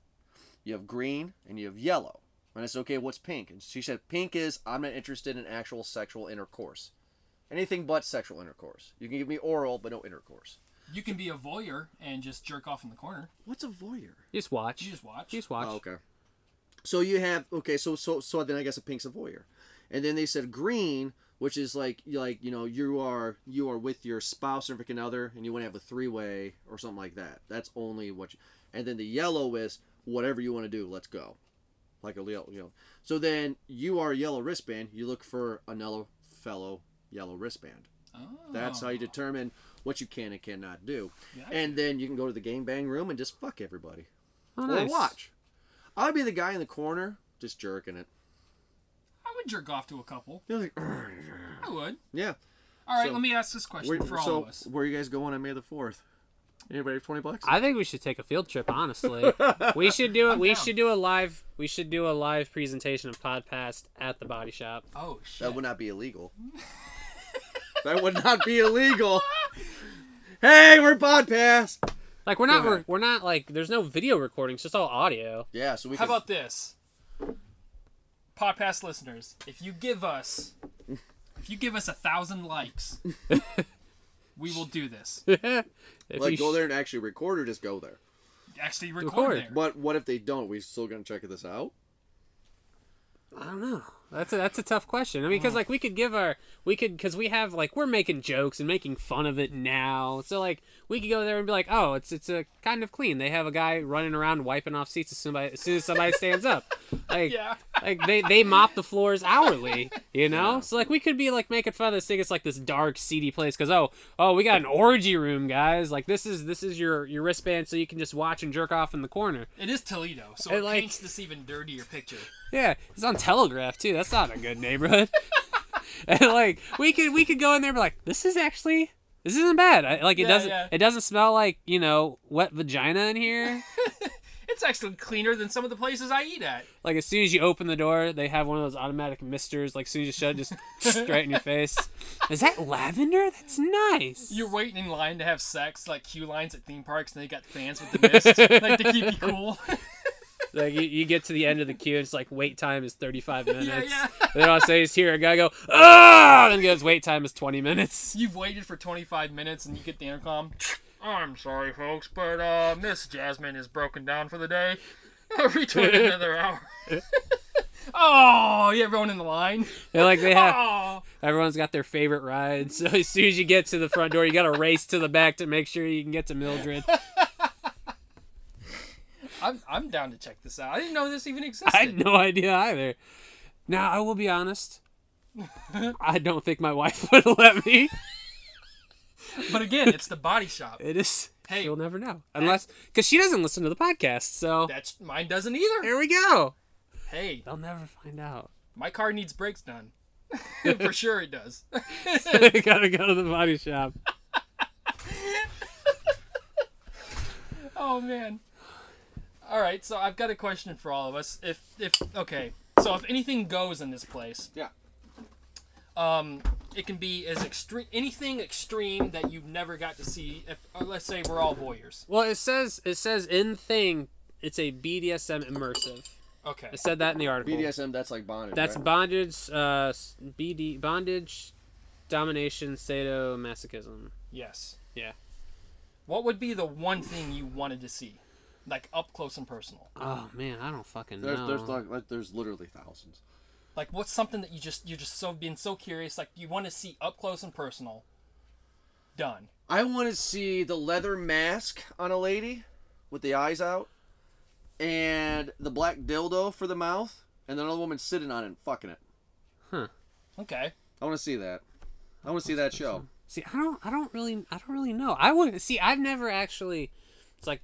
A: you have green, and you have yellow. And I said, okay, what's pink? And she said, pink is I'm not interested in actual sexual intercourse, anything but sexual intercourse. You can give me oral, but no intercourse.
B: You can be a voyeur and just jerk off in the corner.
A: What's a voyeur?
C: just watch.
B: You just watch.
C: You just watch.
A: Oh, okay. So you have okay, so so so then I guess a pink's a voyeur, and then they said green, which is like like you know you are you are with your spouse or freaking other, and you want to have a three way or something like that. That's only what, you, and then the yellow is whatever you want to do. Let's go, like a yellow. You know. So then you are a yellow wristband. You look for another fellow yellow wristband.
B: Oh.
A: That's how you determine what you can and cannot do,
B: Gotcha.
A: and then you can go to the game bang room and just fuck everybody
C: Oh,
A: or
C: nice.
A: watch. I'd be the guy in the corner just jerking it.
B: I would jerk off to a couple.
A: You're like, "Ugh."
B: I would.
A: yeah.
B: All right.
A: So-
B: let me ask this question
A: Where,
B: for all
A: so
B: of us.
A: where are you guys going on May the fourth? Anybody have twenty bucks?
C: I think we should take a field trip. Honestly, we should do it. We
B: down.
C: should do a live. We should do a live presentation of Podpast at the body shop.
B: Oh shit.
A: That would not be illegal. that would not be illegal. hey, we're podcast.
C: Like we're not.
B: Go
C: We're,
B: ahead.
C: we're not like. There's no video recording. It's just all audio.
A: Yeah, so we
B: How
A: can.
B: about this? Podcast listeners, if you give us if you give us a thousand likes, we will do this.
C: if
A: like
C: you
A: go
C: sh-
A: there and actually record or just go there.
B: Actually record,
C: Record.
B: there.
A: But what if they don't? We still gonna check this out?
C: I don't know. That's a, that's a tough question. I mean, because like we could give our we could because we have like we're making jokes and making fun of it now. So like we could go there and be like, oh, it's it's a kind of clean. They have a guy running around wiping off seats as soon by, as soon as somebody stands up. Like
B: Yeah.
C: like they they mop the floors hourly. You know. So like we could be like making fun of this thing. It's like this dark seedy place because oh oh we got an orgy room guys. Like this is this is your your wristband so you can just watch and jerk off in the corner.
B: It is Toledo, so
C: It,
B: it,
C: like-
B: paints this even dirtier picture.
C: Yeah, it's on Telegraph too. That's not a good neighborhood. and like we could we could go in there and be like, this is actually this isn't bad. I, like it
B: Yeah,
C: doesn't
B: yeah.
C: it doesn't smell like you know wet vagina in here.
B: It's actually cleaner than some of the places I eat at.
C: like as soon as you open the door, they have one of those automatic misters. Like as soon as you shut, it, just right in your face. Is that lavender? That's nice.
B: You're waiting in line to have sex, like queue lines at theme parks, and they got fans with the mist, like to keep you cool.
C: Like you, you get to the end of the queue, it's like wait time is thirty five minutes.
B: yeah.
C: Then all I say is here, a guy go ah, and goes wait time is twenty minutes.
B: You've waited for 25 minutes, and you get the intercom. I'm sorry, folks, but uh, Miss Jasmine is broken down for the day. Return in another hour. oh, yeah, everyone in the line.
C: And like they have
B: Oh,
C: everyone's got their favorite ride. So as soon as you get to the front door, you got to race to the back to make sure you can get to Mildred.
B: I'm, I'm down to check this out. I didn't know this even existed.
C: I had no idea either. Now I will be honest. I don't think my wife would let me.
B: But again, it's the body shop.
C: It is.
B: Hey.
C: you'll never know unless because she doesn't listen to the podcast. So
B: That's mine doesn't either.
C: there we go.
B: Hey,
C: They'll never find out.
B: my car needs brakes done. for sure it does.
C: Gotta go to the body shop.
B: Oh man. All right, so I've got a question for all of us. If if okay, so if anything goes in this place,
A: Yeah.
B: um, it can be as extreme anything extreme that you've never got to see. If or let's say we're all voyeurs.
C: Well, it says it says in thing it's a BDSM immersive.
B: Okay.
C: It said that in the article.
A: BDSM, that's like bondage.
C: That's
A: right?
C: bondage, uh, s- BD bondage, domination, sadomasochism.
B: Yes.
C: Yeah.
B: What would be the one thing you wanted to see, like up close and personal?
C: Oh man, I don't fucking
A: there's
C: know.
A: there's like, like there's literally thousands.
B: Like what's something that you just you're just so being so curious, like you want to see up close and personal. Done.
A: I want to see the leather mask on a lady with the eyes out, and the black dildo for the mouth, and then another woman sitting on it and fucking it.
B: Okay.
A: I want to see that. I want to see that show.
C: See, I don't, I don't really, I don't really know. I wouldn't see. I've never actually. It's like,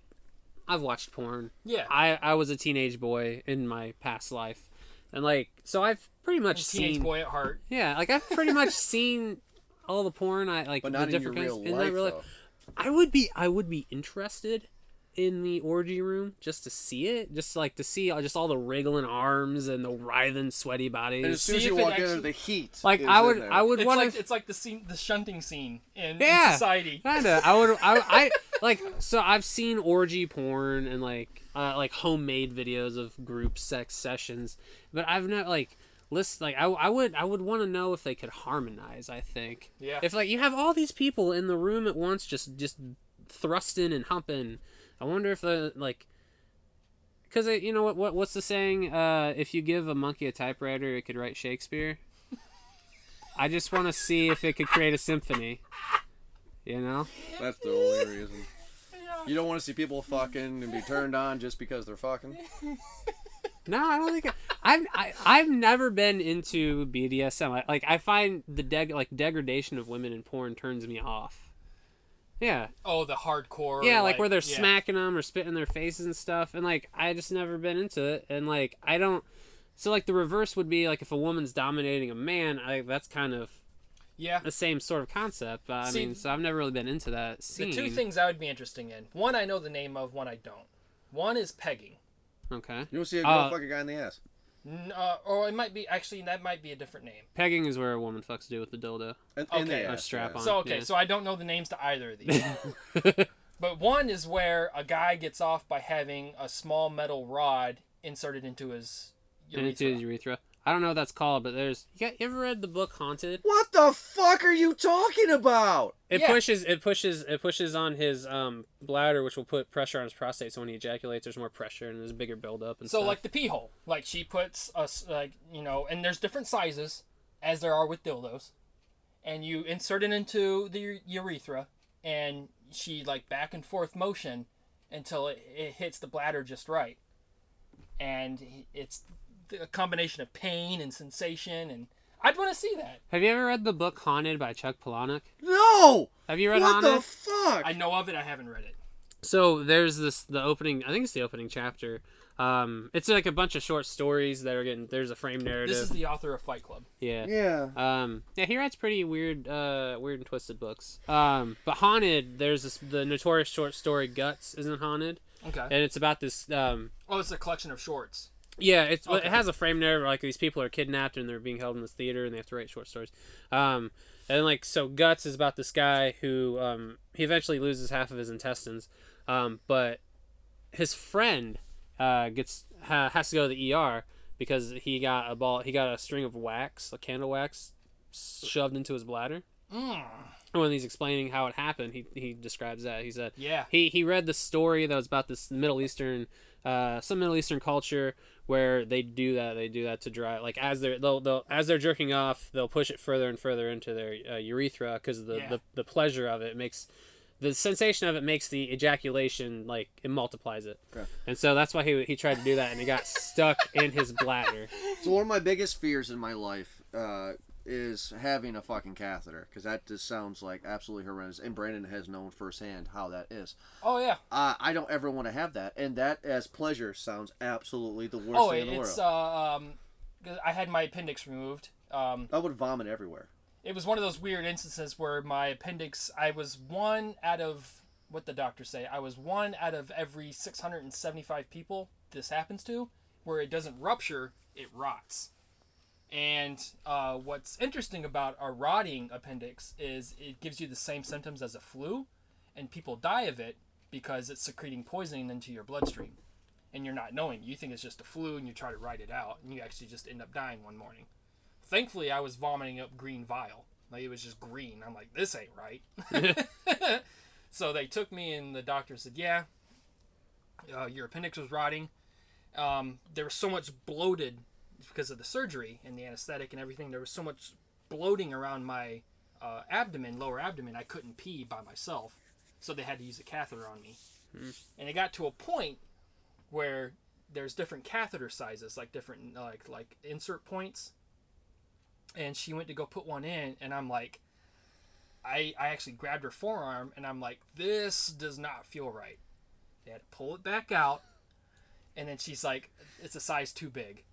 C: I've watched porn.
B: Yeah.
C: I, I was a teenage boy in my past life, and like, so I've pretty much
B: Teenage
C: seen.
B: boy at heart.
C: Yeah, like I've pretty much seen all the porn. I like
A: But
C: the
A: not in your
C: different kinds.
A: real
C: in my
A: life,
C: real
A: though.
C: I would be, I would be interested in the orgy room just to see it, just like to see all- just all the wriggling arms and the writhing sweaty bodies.
A: And as soon
B: See
A: as
B: if
A: you
B: it
A: walk in,
B: actually-
A: the heat.
C: like
A: is
C: I
A: in
C: would,
A: there.
C: I would
B: It's
C: want
B: like
C: to.
B: it's like the scene, the shunting scene in,
C: Yeah.
B: in society.
C: Kinda. I would. I, I like. So I've seen orgy porn and like uh, like homemade videos of group sex sessions, but I've not like list like I, I would I would want to know if they could harmonize. I think.
B: Yeah.
C: If like you have all these people in the room at once, just just thrusting and humping, I wonder if the like. Cause it, you know what, what? What's the saying? Uh, if you give a monkey a typewriter, it could write Shakespeare. I just want to see if it could create a symphony. You know?
A: That's the only reason.
B: Yeah.
A: You don't want to see people fucking and be turned on just because they're fucking.
C: No, I don't think I, I've I, I've never been into BDSM. I, like I find the deg like degradation of women in porn turns me off. Yeah,
B: Oh, the hardcore.
C: yeah, like, where they're
B: yeah.
C: smacking them or spitting in their faces and stuff, and like I just never been into it, and like I don't. So like the reverse would be like if a woman's dominating a man, I, that's kind of
B: Yeah.
C: the same sort of concept. But I
B: See,
C: mean, so I've never really been into that
B: The
C: scene.
B: two things I would be interesting in. One I know the name of, one I don't. One is pegging.
C: Okay,
A: You want to see a girl
C: Uh,
A: fuck a guy in the ass.
B: N- uh, or it might be actually that might be a different name.
C: pegging is where a woman fucks dude with the dildo.
A: In, in
B: Okay.
A: the
B: Or
A: ass.
C: strap
A: yeah.
C: on.
B: So okay,
C: yeah.
B: so I don't know the names to either of these. but one is where a guy gets off by having a small metal rod inserted into his urethra.
C: Into his urethra. I don't know what that's called, but there's. You, got, you ever read the book Haunted?
A: What the fuck are you talking about?
C: It
B: Yeah.
C: pushes. It pushes. It pushes on his um bladder, which will put pressure on his prostate. So when he ejaculates, there's more pressure and there's bigger buildup and
B: So
C: stuff.
B: like the pee hole, like she puts us like you know, and there's different sizes as there are with dildos, and you insert it into the u- urethra, and she like back and forth motion until it, it hits the bladder just right, and he- it's th- a combination of pain and sensation, and I'd want to see that.
C: Have you ever read the book Haunted by Chuck Palahniuk?
A: No!
C: Have you read
A: What
C: Haunted?
A: the fuck?
B: I know of it, I haven't read it.
C: so there's this the opening. I think it's the opening chapter Um, it's like a bunch of short stories that are getting. There's a frame narrative.
B: This is the author of Fight Club.
C: yeah.
A: Yeah.
C: Um, yeah, he writes pretty weird, uh, weird and twisted books. Um, but haunted, there's this, the notorious short story "Guts" isn't haunted,
B: Okay.
C: and it's about this. Um,
B: Oh, it's a collection of shorts.
C: yeah, it's
B: Okay.
C: it has a frame narrative like these people are kidnapped and they're being held in this theater and they have to write short stories. Um, and like so, "Guts" is about this guy who um, he eventually loses half of his intestines, um, but his friend uh, gets ha- has to go to the ER because he got a ball, he got a string of wax, a candle wax, shoved into his bladder
B: Mm.
C: when he's explaining how it happened, he, he describes that. He said
B: Yeah.
C: he he read the story that was about this Middle Eastern, uh, some Middle Eastern culture where they do that. They do that to dry like as they're they'll, they'll as they're jerking off, they'll push it further and further into their uh, urethra because the,
B: Yeah.
C: the the pleasure of it makes the sensation of it makes the ejaculation like it multiplies it,
A: Okay.
C: and so that's why he he tried to do that and it got stuck in his bladder.
A: So one of my biggest fears in my life uh, is having a fucking catheter because that just sounds like absolutely horrendous. And Brandon has known firsthand how that is.
B: Oh yeah.
A: Uh, I don't ever want to have that, and that as pleasure sounds absolutely the worst
B: Oh,
A: thing in the
B: it's
A: world.
B: uh, um, 'cause I had my appendix removed. Um,
A: I would vomit everywhere.
B: it was one of those weird instances where my appendix i was one out of what the doctors say i was one out of every 675 people this happens to where it doesn't rupture it rots and uh, what's interesting about a rotting appendix is it gives you the same symptoms as a flu and people die of it because it's secreting poison into your bloodstream and you're not knowing you think it's just a flu and you try to ride it out and you actually just end up dying one morning thankfully i was vomiting up green vial like it was just green i'm like this ain't right so they took me and the doctor said yeah uh, your appendix was rotting um, there was so much bloated because of the surgery and the anesthetic and everything there was so much bloating around my uh, abdomen lower abdomen i couldn't pee by myself so they had to use a catheter on me and it got to a point where there's different catheter sizes like different like like insert points and she went to go put one in and i'm like i i actually grabbed her forearm and i'm like this does not feel right they had to pull it back out and then she's like it's a size too big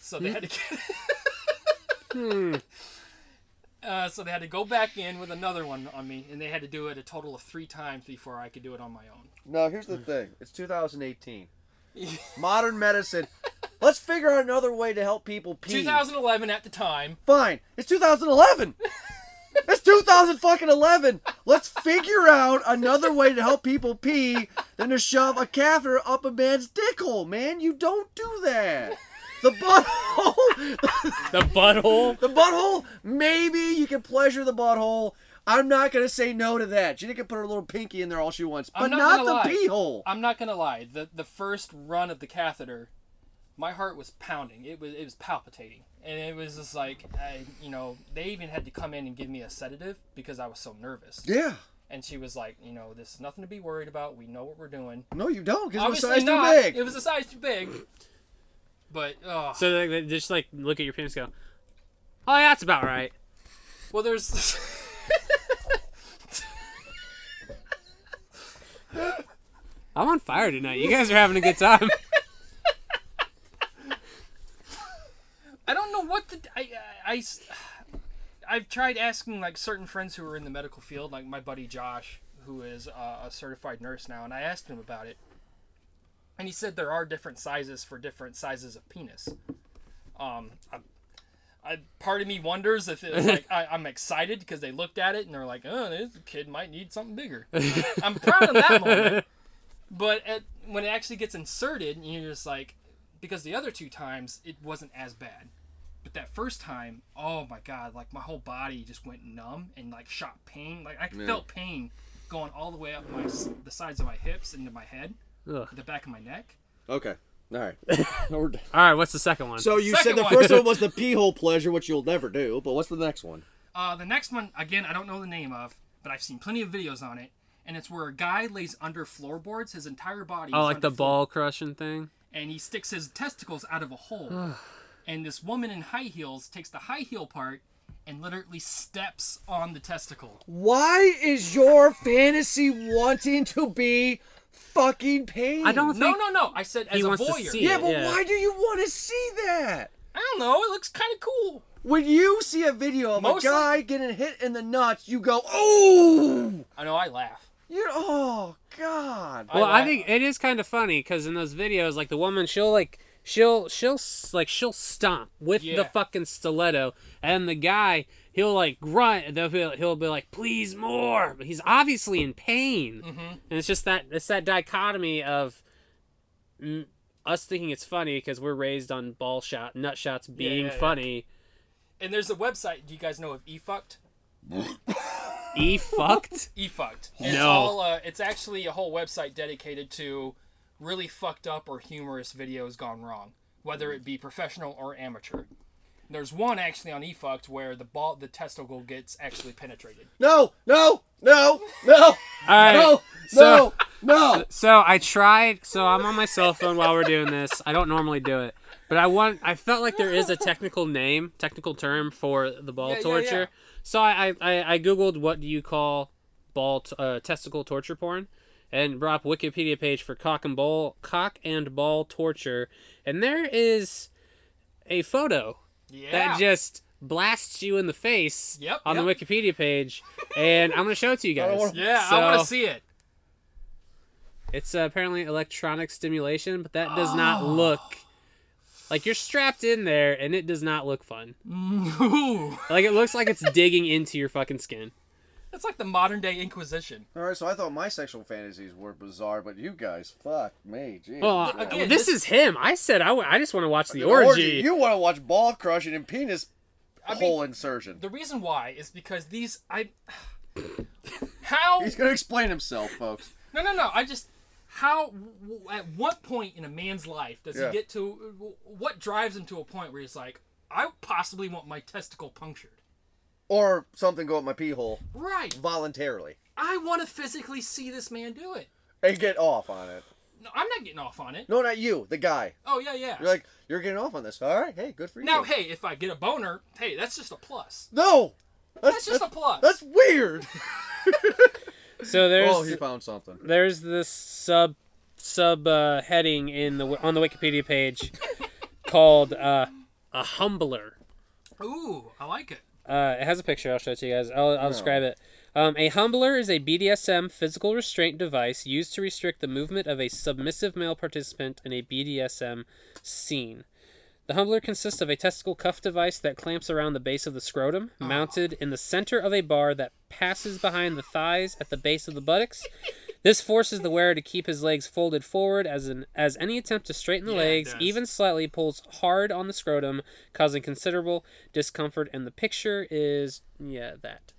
B: so they had to get Uh, so they had to go back in with another one on me, and they had to do it a total of three times before I could do it on my own.
A: No, here's the thing. It's 2018. Modern medicine. Let's figure out another way to help people pee.
B: 2011 at the time.
A: Fine. It's 2011. it's 2000 fucking 11. Let's figure out another way to help people pee than to shove a catheter up a man's dick hole, man. You don't do that. The butthole.
C: The butthole.
A: The butthole, maybe you can pleasure the butthole. I'm not gonna say no to that. She can put her little pinky in there all she wants, but
B: I'm not
A: not,
B: gonna lie.
A: the pee hole.
B: I'm not gonna lie. The the first run of the catheter, my heart was pounding. It was it was palpitating, and it was just like, I, you know, they even had to come in and give me a sedative because I was so nervous.
A: Yeah.
B: And she was like, you know, this is nothing to be worried about. We know what we're doing.
A: No, you don't, because it's
B: Obviously
A: size too
B: not.
A: big.
B: It was a size too big. But oh,
C: So they, they just like look at your penis, and go, oh yeah, that's about right.
B: well, there's.
C: I'm on fire tonight. You guys are having a good time.
B: I don't know what the I, I- I have tried asking like certain friends who are in the medical field, like my buddy Josh, who is uh, a certified nurse now, and I asked him about it, and he said there are different sizes for different sizes of penis. Um, I, I part of me wonders if it was like I, I'm excited because they looked at it and they're like, oh, this kid might need something bigger. I'm proud of that moment. But at, when it actually gets inserted, you're just like, because the other two times it wasn't as bad, but that first time, oh my god, like my whole body just went numb and like shot pain. Like I felt pain going all the way up my s- the sides of my hips into my head,
C: Ugh.
B: the back of my neck.
A: Okay. All right.
C: All right, what's the second one?
A: so you
B: Second
A: said the
B: one.
A: first one was the pee hole pleasure, which you'll never do. But what's the next one?
B: Uh, the next one, again, I don't know the name of, but I've seen plenty of videos on it, and it's where a guy lays under floorboards, his entire body.
C: oh,
B: is
C: like
B: under
C: the
B: floor-
C: ball crushing thing.
B: and he sticks his testicles out of a hole. and this woman in high heels takes the high heel part and literally steps on the testicle.
A: Why is your fantasy wanting to be fucking pain.
C: I don't
B: No,
C: think
B: no, no. I said as
C: he
B: a
C: wants to
B: voyeur.
C: see it.
A: Yeah, but
C: Yeah.
A: why do you want to see that?
B: I don't know. It looks kind of cool.
A: When you see a video of
B: Mostly-
A: a guy getting hit in the nuts, you go, "Oh,
B: I know. I laugh.
A: you, oh God!"
B: I
C: Well, I
B: laugh.
C: think it is kind of funny because in those videos, like the woman, she'll like she'll she'll s- like she'll stomp with the
B: Yeah.
C: fucking stiletto, and the guy he'll like grunt, and they'll be, he'll be like, "Please more." But he's obviously in pain,
B: Mm-hmm.
C: and it's just that it's that dichotomy of mm, us thinking it's funny because we're raised on ball shot nut shots being
B: yeah, yeah.
C: funny.
B: And there's a website. Do you guys know of efucked?
C: E fucked.
B: Efucked. It's
C: No.
B: All, uh, it's actually a whole website dedicated to really fucked up or humorous videos gone wrong, whether it be professional or amateur. There's one actually on efucked where the ball, the testicle gets actually penetrated.
A: No, no, no, no,
C: All right.
A: no,
C: so-
A: no, no.
C: So I tried. So I'm on my cell phone while we're doing this. I don't normally do it, but I want. I felt like there is a technical name, technical term for the ball
B: Yeah, yeah,
C: torture.
B: yeah.
C: So I, I I googled what do you call ball t- uh, testicle torture porn, and brought up Wikipedia page for cock and ball cock and ball torture, and there is a photo
B: Yeah.
C: that just blasts you in the face
B: Yep,
C: on
B: yep.
C: the Wikipedia page, and I'm gonna show it to you guys.
A: wanna-
B: yeah, I want
C: So-
B: to see it.
C: it's uh, apparently electronic stimulation, but that does not look like you're strapped in there, and it does not look fun.
B: Ooh.
C: Like it looks like it's digging into your fucking skin.
B: That's like the modern day Inquisition.
A: All right, so I thought my sexual fantasies were bizarre, but you guys, fuck me, jeez.
C: Oh, Well, I-
B: Again,
C: this,
B: this-
C: is him. I said I, w- I just want to watch the,
A: An
C: orgy.
A: You want to watch ball crushing and penis
B: mean-
A: hole insertion?
B: The reason why is because these I how
A: He's gonna explain himself, folks.
B: no no no I just how w- at what point in a man's life does
A: Yeah.
B: he get to what drives him to a point where he's like I possibly want my testicle punctured.
A: Or something go up my pee hole
B: Right.
A: voluntarily
B: I want to physically see this man do it.
A: and get off on it.
B: No, I'm not getting off on it.
A: No, not you, the guy.
B: Oh yeah, yeah.
A: You're like, you're getting off on this. All right, hey, good for you.
B: now, hey, if I get a boner, hey, that's just a plus.
A: no,
B: That's just a plus.
A: That's weird.
C: So there's
A: Oh, he found something.
C: there's this sub sub uh, heading in the on the Wikipedia page called uh, a humbler.
B: Ooh, I like it.
C: Uh, it has a picture. I'll show it to you guys. I'll, I'll describe it. Um, a humbler is a BDSM physical restraint device used to restrict the movement of a submissive male participant in a BDSM scene. The humbler consists of a testicle cuff device that clamps around the base of the scrotum, mounted in the center of a bar that passes behind the thighs at the base of the buttocks. This forces the wearer to keep his legs folded forward as an as any attempt to straighten the
B: Yeah, it
C: legs
B: does.
C: even slightly pulls hard on the scrotum, causing considerable discomfort and the picture is yeah, that.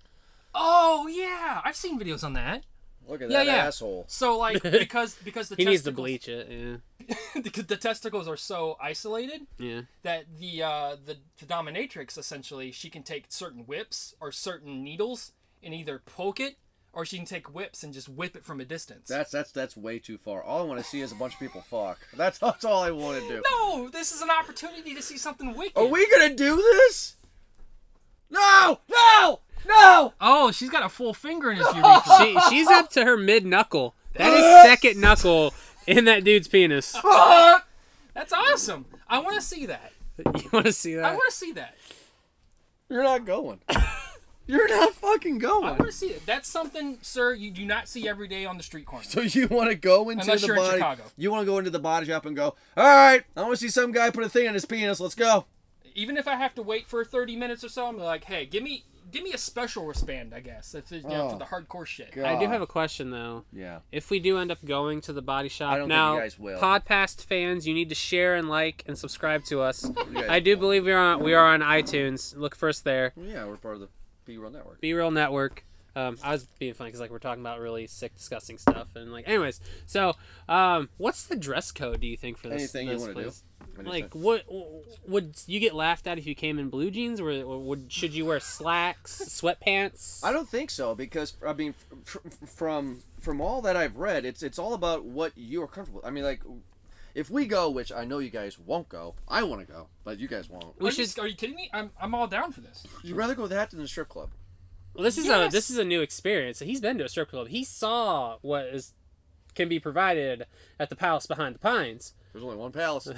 B: Oh yeah, I've seen videos on that.
A: Look at
B: Yeah,
A: that
B: yeah.
A: asshole.
B: So like because because the
C: He needs to
B: testicles-
C: bleach it. Yeah.
B: because the testicles are so isolated
C: Yeah.
B: that the uh, the the dominatrix essentially she can take certain whips or certain needles and either poke it or she can take whips and just whip it from a distance.
A: That's that's that's way too far. All I want to see is a bunch of people fuck. That's that's all I want to do.
B: no, this is an opportunity to see something wicked.
A: Are Oh, we gonna do this? No! No! No!
B: oh, she's got a full finger in his urethra.
C: She, she's up to her mid knuckle. That is second knuckle in that dude's penis.
B: That's awesome. I want to see that.
C: You want to see
B: I
C: that?
B: want to see that.
A: You're not going. You're not fucking
B: I
A: going.
B: want to see it. That's something, sir, you do not see every day on the street corner.
A: So you want to go into
B: Unless
A: the
B: you're in
A: body?
B: Chicago.
A: You want to go into the body shop and go? All right, I want to see some guy put a thing in his penis. Let's go.
B: even if I have to wait for 30 minutes or so, I'm like, hey, give me give me a special wristband, I guess, if it's, you know, for the hardcore shit.
A: God.
C: I do have a question though.
A: Yeah.
C: If we do end up going to the body shop,
A: don't think
C: now
A: you guys will.
C: podcast fans, you need to share and like and subscribe to us.
A: guys
C: I do believe we are on, we are on iTunes. Look for us there.
A: Yeah, we're part of the B Real Network.
C: Be Real Network. Um, I was being funny because like we're talking about really sick, disgusting stuff and like, anyways. So, um, what's the dress code? Do you think for this?
A: Anything you
C: this
A: wanna do.
C: place?
A: Anything.
C: Like, what would you get laughed at if you came in blue jeans, or, or would should you wear slacks, sweatpants?
A: I don't think so because I mean, fr- fr- from from all that I've read, it's it's all about what you are comfortable. I mean, like, if we go, which I know you guys won't go, I want to go, but you guys won't.
B: Are,
C: we
B: you,
C: should.
B: are you kidding me? I'm, I'm all down for this.
A: You'd rather go that than the strip club.
C: Well, this is a
B: Yes.
C: this is a new experience. He's been to a strip club. He saw what is can be provided at the palace behind the pines.
A: There's only one palace.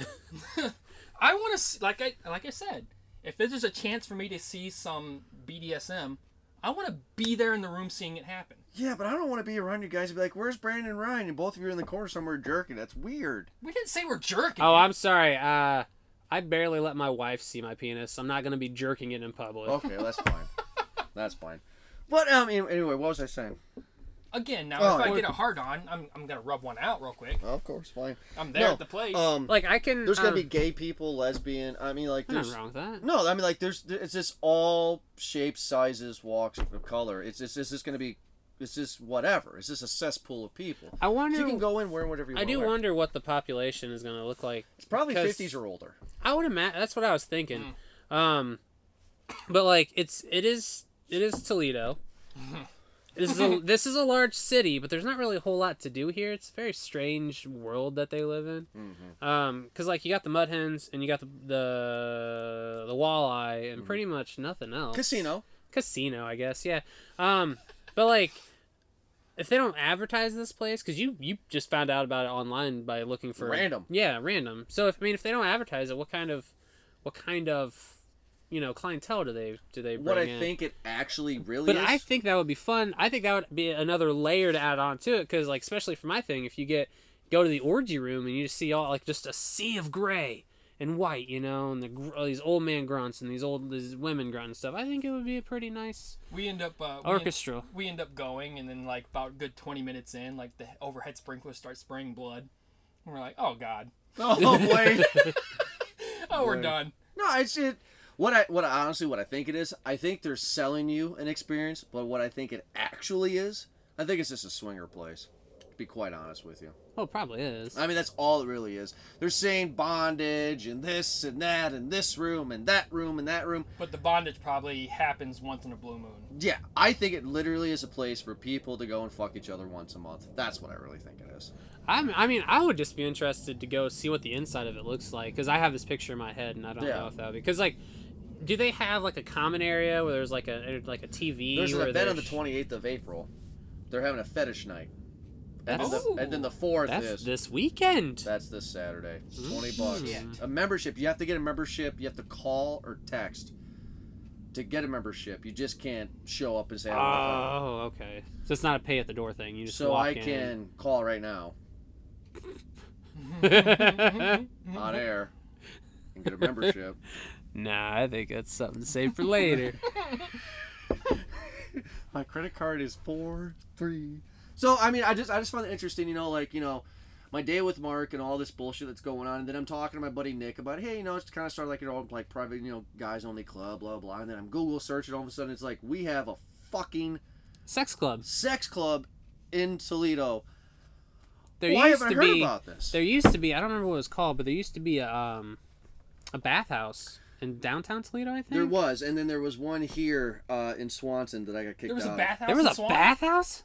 B: I want to like I like I said, if there's a chance for me to see some BDSM, I want to be there in the room seeing it happen.
A: yeah, but I don't want to be around you guys and be like, "Where's Brandon and Ryan?" And both of you are in the corner somewhere jerking. That's weird.
B: We didn't say we're jerking.
C: Oh, I'm sorry. Uh, I barely let my wife see my penis. I'm not gonna be jerking it in public.
A: Okay, that's fine. That's fine. But um, an- anyway, what was I saying?
B: Again, now
A: Oh,
B: if I
A: or-
B: get a hard on, I'm, I'm gonna rub one out real quick.
A: Of course, fine.
B: I'm there
A: No,
B: at the place.
A: Um,
C: Like I can.
A: there's gonna
C: um,
A: be gay people, lesbian. I mean, like,
C: I'm not
A: there's
C: wrong with that.
A: no. I mean, like, there's it's just all shapes, sizes, walks of color. It's it's, it's just gonna be. It's just whatever. It's just a cesspool of people.
C: I
A: So
C: wonder.
A: you can go in wearing whatever you
C: I
A: want.
C: do wonder what the population is gonna look like.
A: It's probably
C: 'cause-
A: fifties or older.
C: I would imagine that's what I was thinking. Um, but like it's it is it is Toledo. this is a this is a large city, but there's not really a whole lot to do here. It's a very strange world that they live in. Um, because like you got the mud hens and you got the the the walleye and pretty much nothing else.
A: Casino.
C: Casino, I guess. Yeah. Um, but like. If they don't advertise this place, because you you just found out about it online by looking for
A: Random.
C: yeah, random. So if I mean if they don't advertise it, what kind of what kind of you know clientele do they do they bring
A: What I
C: in?
A: think it actually really
C: but
A: is.
C: I think that would be fun. I think that would be another layer to add on to it because like especially for my thing, if you get go to the orgy room and you just see all like just a sea of gray and white, you know, and the gr- all these old man grunts and these old these women grunt and stuff. I think it would be a pretty nice
B: we end up uh, we end,
C: orchestra.
B: we end up going, and then like about a good 20 minutes in, like the overhead sprinkler starts spraying blood. And we're like, oh god,
A: oh wait.
B: oh we're
A: Right.
B: done.
A: No, it's it. What I what I, honestly what I think it is, I think they're selling you an experience, but what I think it actually is, I think it's just a swinger place. To be quite honest with you,
C: Oh, probably is.
A: I mean that's all it really is. They're saying bondage and this and that and this room and that room and that room.
B: But the bondage probably happens once in a blue moon.
A: Yeah, I think it literally is a place for people to go and fuck each other once a month. That's what I really think it is.
C: I'm, I mean, I would just be interested to go see what the inside of it looks like because I have this picture in my head and I don't
A: Yeah.
C: know if that would because like, do they have like a common area where there's like a like a TV?
A: There's an
C: where
A: event on the
C: there's-
A: 28th of April. They're having a fetish night, and, then,
C: That's-
A: the, and then the fourth
C: That's
A: is
C: this weekend.
A: That's this Saturday. It's Twenty bucks.
B: Yeah.
A: A membership. You have to get a membership. You have to call or text to get a membership. You just can't show up and say. I want one.
C: Oh, okay. So it's not a pay at the door thing. You just
A: so
C: walk
A: I
C: in.
A: can call right now on air and get a membership.
C: nah, I think that's something to save for later.
A: My credit card is four three. So I mean, I just I just find it interesting. You know, like you know. My day with Mark and all this bullshit that's going on, and then I'm talking to my buddy Nick about, hey, you know, it's kind of started like an old like private, you know, guys only club, blah blah. And then I'm Google searching, all of a sudden it's like we have a fucking
C: Sex clubs.
A: sex club in Toledo.
C: There
A: Why
C: used
A: haven't I
C: to
A: heard
C: be.
A: about this?
C: There used to be. I don't remember what it was called, but there used to be a um, a bathhouse in downtown Toledo. I think
A: There was, and then there was one here uh, in Swanson that I got kicked
B: There was
A: out.
B: a
A: of.
B: bathhouse.
C: There was
B: in
C: a
B: Swan?
C: bathhouse.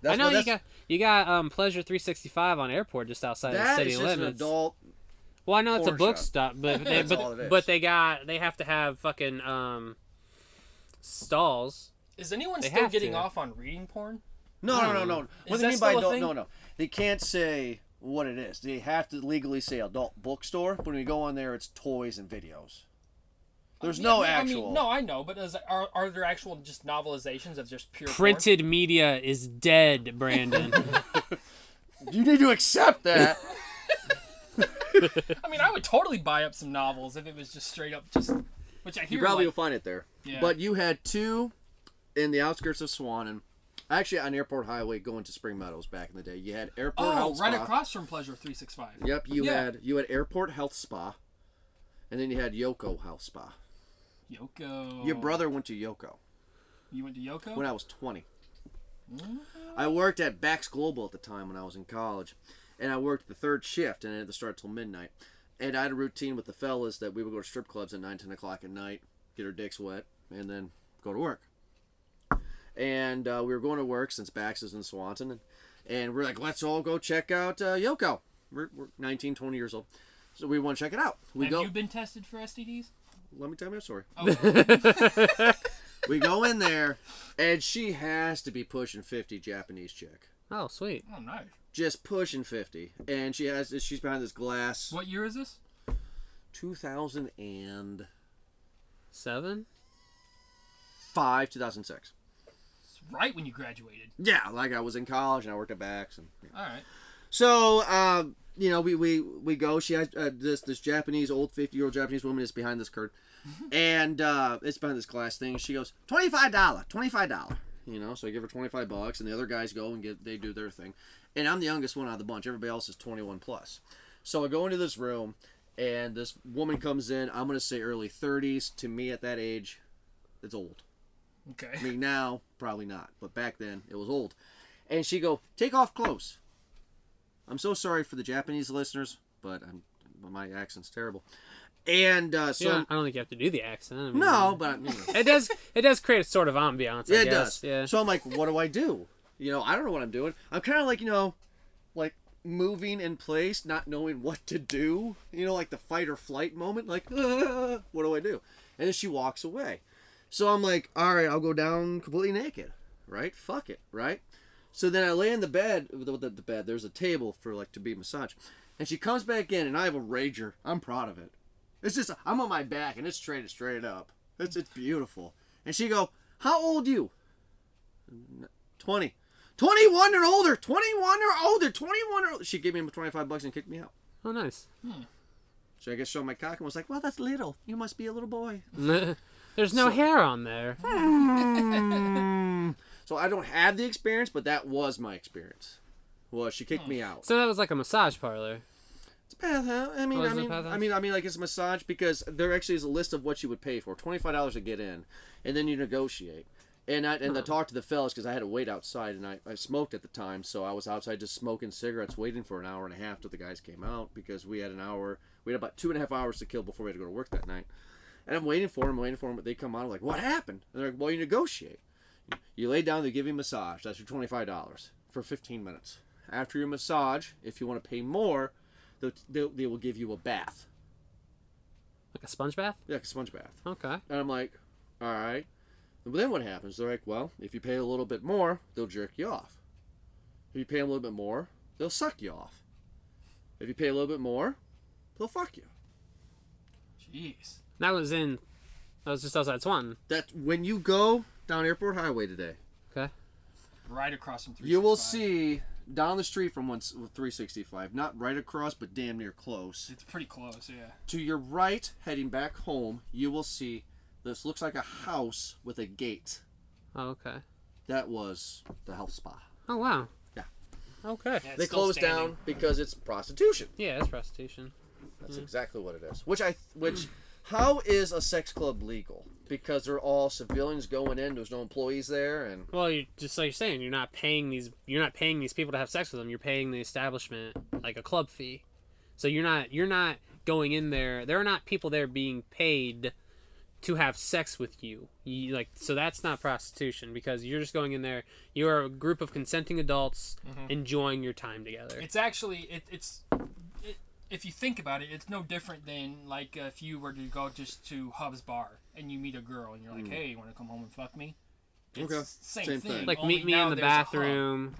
A: That's
C: I know
A: what-
C: you
A: that's-
C: got you got um Pleasure 365 on airport just outside of the
A: that
C: city
A: is just an
C: limits.
A: adult.
C: well, I know it's a
A: porn
C: book
A: shop.
C: stop, but they,
A: That's all it
C: but,
A: is.
C: but they got they have to have fucking um stalls.
B: Is anyone
C: They
B: still
C: have
B: getting
C: to.
B: off on reading porn?
A: No, no, no, no. What
B: Is
A: they
B: that
A: mean by
B: still a
A: adult?
B: thing?
A: No, no. They can't say what it is. They have to legally say adult bookstore. But when you go on there, it's toys and videos. There's
B: Yeah,
A: no
B: I mean-
A: actual.
B: I mean, no, I know, but is, are, are there actual just novelizations of just pure porn?
C: Printed media is dead, Brandon.
A: You need to accept that.
B: I mean, I would totally buy up some novels if it was just straight up just. Which I hear.
A: You probably will
B: like,
A: find it there.
B: Yeah.
A: But you had two in the outskirts of Swanton, actually on Airport Highway going to Spring Meadows back in the day. You had Airport
B: oh,
A: Health
B: right
A: Spa.
B: across from Pleasure Three Six Five.
A: Yep, you
B: Yeah.
A: had you had Airport Health Spa, and then you had Yoko Health Spa.
B: Yoko.
A: Your brother went to Yoko
B: You went to Yoko.
A: when I was 20. I worked at Bax Global at the time when I was in college, and I worked the third shift, and I had to start till midnight. And I had a routine with the fellas that we would go to strip clubs at 9, 10 o'clock at night, get our dicks wet, and then go to work. And uh, we were going to work since Bax is in Swanton, and, and we're like, let's all go check out uh, Yoko. We're, we're 19, 20 years old. So we want to check it out. We
B: Have
A: go.
B: you been tested for STDs?
A: Let me tell you my story.
B: Oh,
A: We go in there, and she has to be pushing 50 Japanese chick.
C: Oh, sweet.
B: Oh, nice.
A: just pushing 50 and she has she's behind this glass
B: What year is this?
A: 2000 and
C: Seven?
A: five, 2006.
B: It's right when you graduated.
A: Yeah, like I was in college and I worked at Bax. And, yeah.
B: All right.
A: So, um, you know, we, we, we go. She has uh, this this Japanese old 50 year old Japanese woman is behind this curtain, and uh, it's behind this glass thing. She goes twenty five dollar, twenty five dollar. You know, so I give her twenty five bucks, and the other guys go and get they do their thing, and I'm the youngest one out of the bunch. Everybody else is twenty one plus. So I go into this room, and this woman comes in. I'm gonna say early 30s. To me, at that age, it's old.
B: Okay.
A: I mean, now probably not, but back then it was old. And she go, take off clothes. I'm so sorry for the Japanese listeners, but I'm, my accent's terrible. And uh, so
C: yeah, I don't think you have to do the accent. I mean,
A: no, but you know,
C: It does. It does create a sort of ambiance. I
A: it
C: guess.
A: does.
C: Yeah.
A: So I'm like, what do I do? You know, I don't know what I'm doing. I'm kind of like, you know, like moving in place, not knowing what to do. You know, like the fight or flight moment. Like, "Ah, what do I do? And then she walks away. So I'm like, all right, I'll go down completely naked, right? Fuck it, right? So then I lay in the bed, the, the, the bed. There's a table for like to be massaged, and she comes back in, and I have a rager. I'm proud of it. It's just I'm on my back, and it's straight straight up. It's it's beautiful. And she go, how old you? 20. 21 or older. 21 or older. 21 or older. She gave me 25 bucks and kicked me out.
C: Oh, nice.
A: So I guess showed my cock and was like, well, that's little. You must be a little boy.
C: There's no hair on there.
A: So I don't have the experience, but that was my experience. Well, she kicked me out.
C: So that was like a massage parlor.
A: It's a bathhouse. I mean,
C: Oh, is
A: I
C: it a
A: mean,
C: bathhouse?
A: I mean, I mean, like it's a massage because there actually is a list of what you would pay for. Twenty-five dollars to get in, and then you negotiate. And I and I talked to the fellas because I had to wait outside, and I, I smoked at the time, so I was outside just smoking cigarettes, waiting for an hour and a half till the guys came out because we had an hour, we had about two and a half hours to kill before we had to go to work that night. And I'm waiting for them, waiting for them, but they come out, I'm like, what happened? And they're like, well, you negotiate. You lay down, they give you a massage. That's your twenty-five dollars for fifteen minutes. After your massage, if you want to pay more, they'll, they'll, they will give you a bath,
C: Like a sponge bath?
A: like a sponge bath.
C: Okay.
A: And I'm like, all right. But then what happens? They're like, well, if you pay a little bit more, they'll jerk you off. If you pay a little bit more, they'll suck you off. If you pay a little bit more, they'll fuck you.
B: Jeez.
C: That was in. That was just outside Swanton.
A: That when you go down Airport Highway today,
C: Okay.
B: Right across from three.
A: you will see down the street from one 365, not right across, but damn near close.
B: It's pretty close. Yeah.
A: To your right, heading back home, you will see this looks like a house with a gate.
C: Oh, okay.
A: That was the health spa.
C: Oh wow.
A: Yeah.
C: Okay.
B: Yeah, it's
A: they
B: still
A: closed
B: standing.
A: down because it's prostitution.
C: Yeah, it's prostitution.
A: That's
C: Mm-hmm.
A: exactly what it is. Which I, which, how is a sex club legal? Because they're all civilians going in. There's no employees there, and
C: Well, you're just like you're saying, you're not paying these you're not paying these people to have sex with them. You're paying the establishment like a club fee. So you're not you're not going in there. There are not people there being paid to have sex with you. you like so that's not prostitution because you're just going in there. You are a group of consenting adults
B: Mm-hmm.
C: enjoying your time together.
B: It's actually it, it's it, if you think about it, it's no different than like uh, if you were to go just to Hub's bar and you meet a girl and you're like, hey, you want to come home and fuck me? It's
A: Hmm. Okay.
B: Same,
A: Same
B: thing.
A: thing.
C: like
B: only
C: meet me
B: now
C: in the
B: there's a hub.
C: bathroom.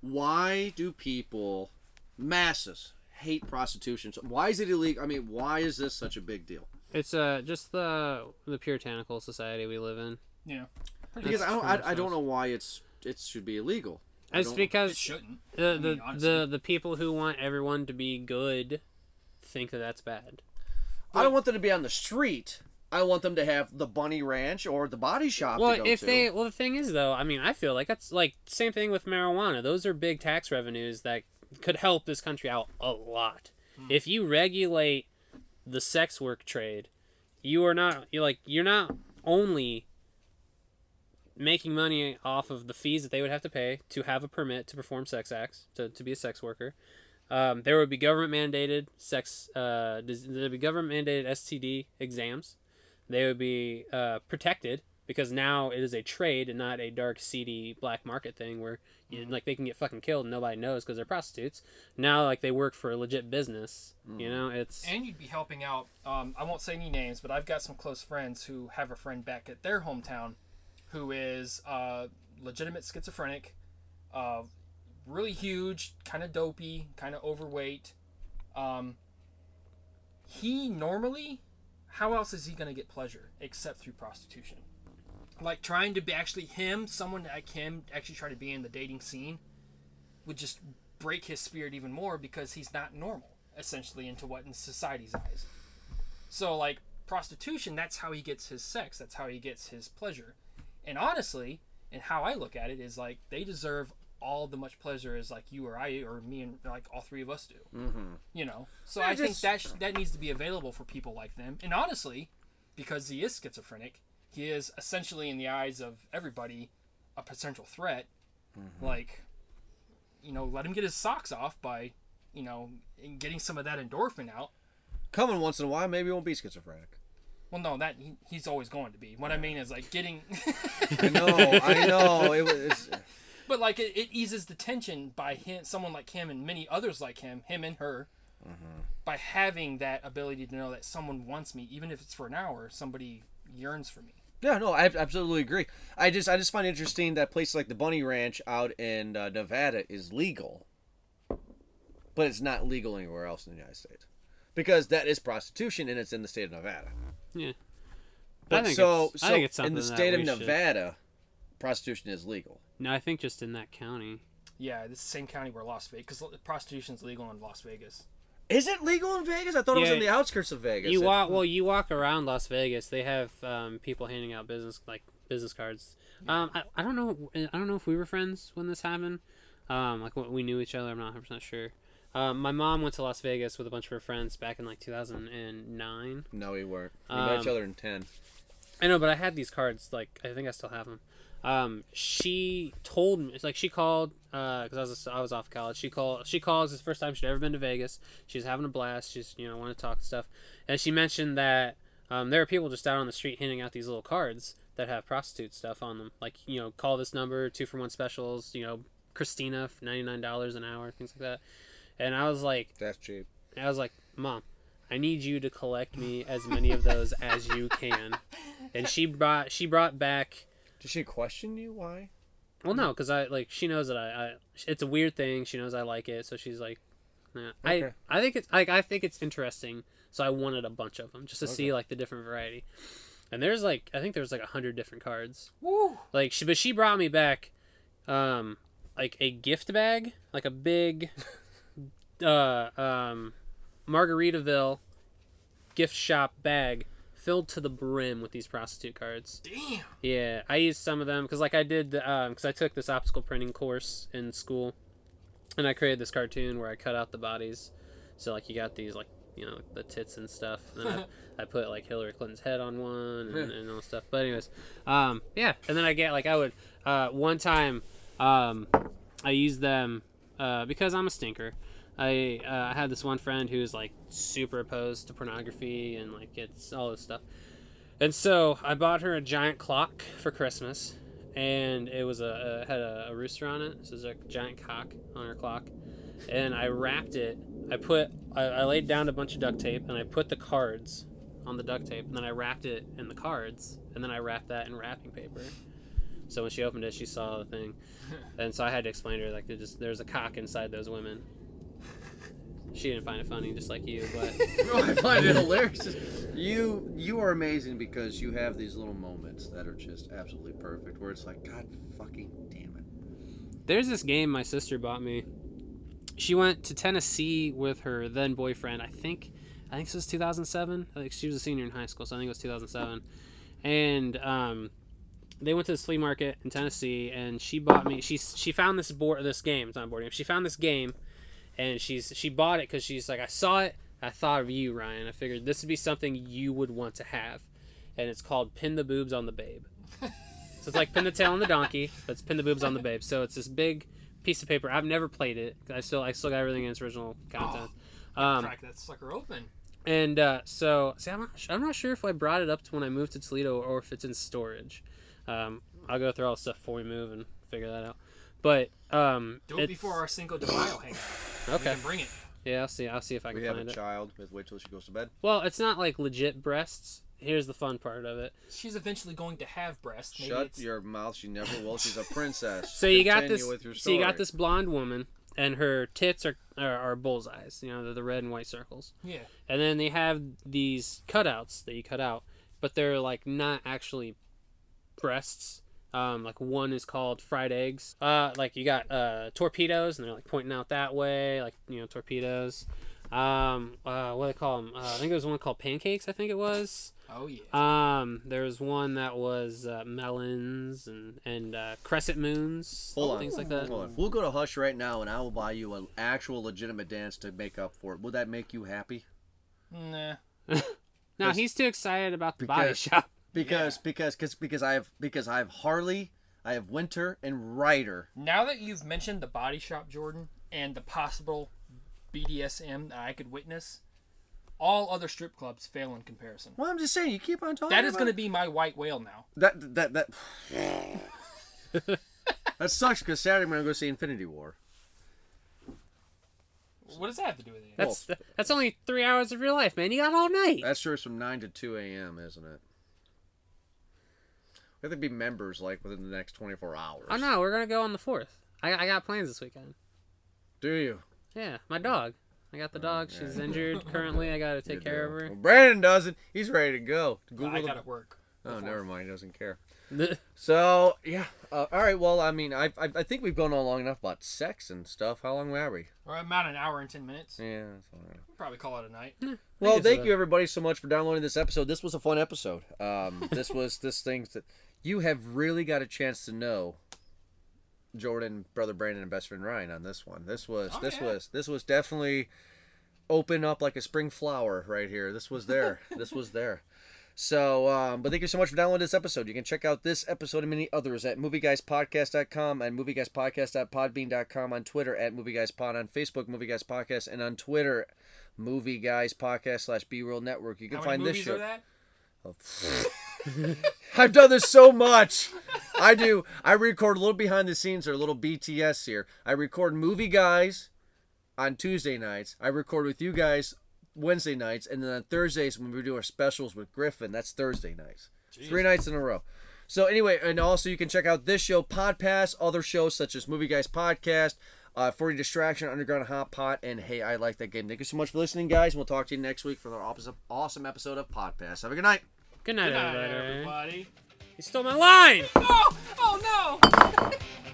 A: why do people, masses, hate prostitution? So why is it illegal? I mean, why is this such a big deal?
C: It's uh just the the puritanical society we live in.
B: Yeah. Pretty
A: Because
B: much.
A: I don't,
C: That's
A: I, I don't know why it's it should be illegal. I
C: It's
A: don't-
C: because
B: it shouldn't. I mean,
C: the, the,
B: honestly.
C: the the people who want everyone to be good think that that's bad.
A: I don't want them to be on the street. I want them to have the bunny ranch or the body shop.
C: Well,
A: to go
C: if
A: to.
C: they well the thing is though, I mean, I feel like that's like same thing with marijuana. Those are big tax revenues that could help this country out a lot.
A: Hmm.
C: If you regulate the sex work trade, you are not you like you're not only making money off of the fees that they would have to pay to have a permit to perform sex acts to, to be a sex worker um, there would be government mandated sex uh, dis- there would be government mandated std exams they would be uh, protected because now it is a trade and not a dark seedy black market thing where you, like they can get fucking killed and nobody knows because they're prostitutes now like they work for a legit business you know it's
B: and you'd be helping out. Um, I won't say any names, but I've got some close friends who have a friend back at their hometown who is uh, legitimate schizophrenic, uh, really huge, kind of dopey, kind of overweight. Um, he normally, how else is he going to get pleasure except through prostitution? Like trying to be actually him, someone like him, actually trying to be in the dating scene would just break his spirit even more because he's not normal, essentially, into what in society's eyes. So, like, prostitution, that's how he gets his sex, that's how he gets his pleasure. And honestly, and how I look at it is like they deserve all the much pleasure as like you or I or me and like all three of us do. Mm-hmm. You know, so I, think
A: just-
B: that sh- that needs to be available for people like them. And honestly, because he is schizophrenic, he is essentially in the eyes of everybody a potential threat. Like, you know, let him get his socks off by, you know, getting some of that endorphin out.
A: Coming once in a while, maybe won't be schizophrenic.
B: Well, no, that he, he's always going to be. What I mean is like getting,
A: I know, I know. It was
B: but like it, it eases the tension by him, someone like him and many others like him, him and her, by having that ability to know that someone wants me, even if it's for an hour. Somebody yearns for me.
A: Yeah, no, I absolutely agree. I just I just find it interesting that places like the Bunny Ranch out in uh, Nevada is legal, but it's not legal anywhere else in the United States because that is prostitution and it's in the state of Nevada.
C: Yeah.
A: But
C: I think
A: so,
C: it's,
A: so
C: I think it's something
A: in the
C: that
A: state of
C: we should-
A: Nevada, prostitution is legal.
C: No, I think just in that county.
B: Yeah, this is the same county where Las Vegas, because prostitution's legal in Las Vegas.
A: Is it legal in Vegas? I thought it was
C: Yeah.
A: in the outskirts of Vegas.
C: You
A: It-
C: walk well. You walk around Las Vegas. They have um, people handing out business like business cards. Um, I, I don't know. I don't know if we were friends when this happened. Um, like when we knew each other. I'm not 100 percent sure. Um, my mom went to Las Vegas with a bunch of her friends back in like 2009.
A: No, we weren't. We met each
C: Um,
A: other in ten.
C: I know, but I had these cards. Like I think I still have them. Um, she told me. It's like she called because I was I was off college. She called. She calls. It's the first time she'd ever been to Vegas. She's having a blast. She's you know want to talk and stuff. And she mentioned that um, there are people just out on the street handing out these little cards that have prostitute stuff on them. Like you know, call this number, two for one specials. You know, Christina, ninety nine dollars an hour, things like that. And I was like,
A: That's cheap.
C: I was like, Mom, I need you to collect me as many of those as you can. And she brought she brought back
A: Did she question you? Why?
C: well no because I like she knows that I, I it's a weird thing she knows I like it so she's like nah.
A: Okay.
C: I I think it's like I think it's interesting so I wanted a bunch of them just to see like the different variety and there's like I think there's like a hundred different cards
B: Woo!
C: like she but she brought me back um like a gift bag like a big uh um margaritaville gift shop bag filled to the brim with these prostitute cards
B: Damn.
C: yeah i used some of them because like i did the um because i took this optical printing course in school and i created this cartoon where i cut out the bodies so like you got these like you know the tits and stuff and then I, I put like hillary clinton's head on one and, and all this stuff but anyways um yeah and then i get like i would uh one time um i used them uh because i'm a stinker i uh, I had this one friend who's like super opposed to pornography and like it's all this stuff and so i bought her a giant clock for christmas and it was a, a had a, a rooster on it so it was a giant cock on her clock and I wrapped it. I put I, I laid down a bunch of duct tape and I put the cards on the duct tape and then I wrapped it in the cards and then I wrapped that in wrapping paper. So when she opened it, she saw the thing, and so I had to explain to her like there just there's a cock inside those women. She didn't find it funny, just like you, but
A: No, I find it hilarious. You you are amazing because you have these little moments that are just absolutely perfect. Where it's like, God fucking damn it.
C: There's this game my sister bought me. She went to Tennessee with her then boyfriend. I think, I think this was 2007. I think she was a senior in high school, so I think it was 2007. And um, they went to this flea market in Tennessee, and she bought me. She she found this board, this game. It's not a board game. She found this game, and she's she bought it because she's like, I saw it. I thought of you, Ryan. I figured this would be something you would want to have, and it's called "Pin the Boobs on the Babe." So it's like pin the tail on the donkey, but it's pin the boobs on the babe. So it's this big piece of paper. I've never played it. I still I still got everything in its original content. um,
B: Crack that sucker open.
C: and uh, so see, I'm not, I'm not sure if I brought it up to when I moved to Toledo or if it's in storage. Um, I'll go through all the stuff before we move and figure that out. But um,
B: Do it
C: it's-
B: before our Cinco de Mayo hangout. We
C: okay.
B: can bring it.
C: Yeah, I'll see. I'll see if I can
A: We have a
C: find it.
A: child with wait till she goes to bed.
C: Well, it's not like legit breasts. here's the fun part of it.
B: She's eventually going to have breasts. Maybe
A: Shut
B: it's,
A: your mouth. She never will. She's a princess.
C: So you got
A: Continue
C: this.
A: with your
C: So you got
A: story.
C: this blonde woman, and her tits are are, are bullseyes. You know, they're the red and white circles.
B: Yeah.
C: And then they have these cutouts that you cut out, but they're like not actually breasts. Um, like one is called fried eggs. Uh, like you got uh, torpedoes, and they're like pointing out that way, like you know torpedoes. Um, uh, what do they call them? Uh, I think there was one called pancakes. I think it was.
B: Oh yeah.
C: Um, there was one that was uh, melons and and uh, crescent moons,
A: Hold on.
C: things like that.
A: Hold on. We'll go to Hush right now, and I will buy you an actual legitimate dance to make up for it. Would that make you happy?
B: nah.
C: No, he's too excited about the body
A: Because-
C: shop.
A: Because because because because I have because I have Harley, I have Winter and Ryder.
B: Now that you've mentioned the body shop, Jordan, and the possible BDSM that I could witness, all other strip clubs fail in comparison.
A: Well, I'm just saying, you keep on talking.
B: That is
A: about
B: going to be my white whale now.
A: that that that. that sucks because Saturday I'm gonna go see Infinity War.
B: What does that have to do with it?
C: That's that's only three hours of your life, man. You got all night.
A: That's sure from nine to two a.m., isn't it? We have to be members like within the next 24 hours.
C: Oh no, we're gonna go on the fourth. I, I got plans this weekend.
A: Do you?
C: Yeah, my dog. I got the dog. She's injured currently. I gotta take
A: You
C: care
A: do.
C: of her.
A: Well, Brandon doesn't. He's ready to go. Google
B: I
A: the-
B: got to work.
A: Oh, never mind. He doesn't care.
C: The-
A: So yeah. Uh, all right. Well, I mean, I, I I think we've gone on long enough about sex and stuff. How long were we?
B: Or about an hour and 10 minutes.
A: Yeah. that's all right.
B: We'll probably call it a night.
A: Well,
C: it's
A: thank
C: a-
A: you everybody so much for downloading this episode. This was a fun episode. Um, this was this thing that you have really got a chance to know. Jordan, brother Brandon, and best friend Ryan on this one. This was
B: Oh,
A: this
B: yeah.
A: was this was definitely open up like a spring flower right here. This was there. this was there. So, um, but thank you so much for downloading this episode. You can check out this episode and many others at movieguyspodcast.com and movieguyspodcast.podbean.com on Twitter at movieguyspod on Facebook, Movie Guys Podcast, and on Twitter, Movie Guys Podcast slash B Real Network. You can
B: How many
A: find this
B: movies
A: show.
B: are that?
A: I've done this so much. I do. I record a little behind the scenes or a little BTS here. I record movie guys on Tuesday nights. I record with you guys Wednesday nights, and then on Thursdays when we do our specials with Griffin, that's Thursday nights. Three nights in a row. So anyway, and also you can check out this show, Podpass, other shows such as Movie Guys Podcast, uh, 40 Distraction, Underground Hot Pot, and Hey, I Like That Game. Thank you so much for listening, guys. We'll talk to you next week for another awesome- awesome episode of Podpass. Have a good night.
C: Good night,
B: Good night,
C: everybody.
B: everybody.
C: You stole my line.
B: Oh, oh no!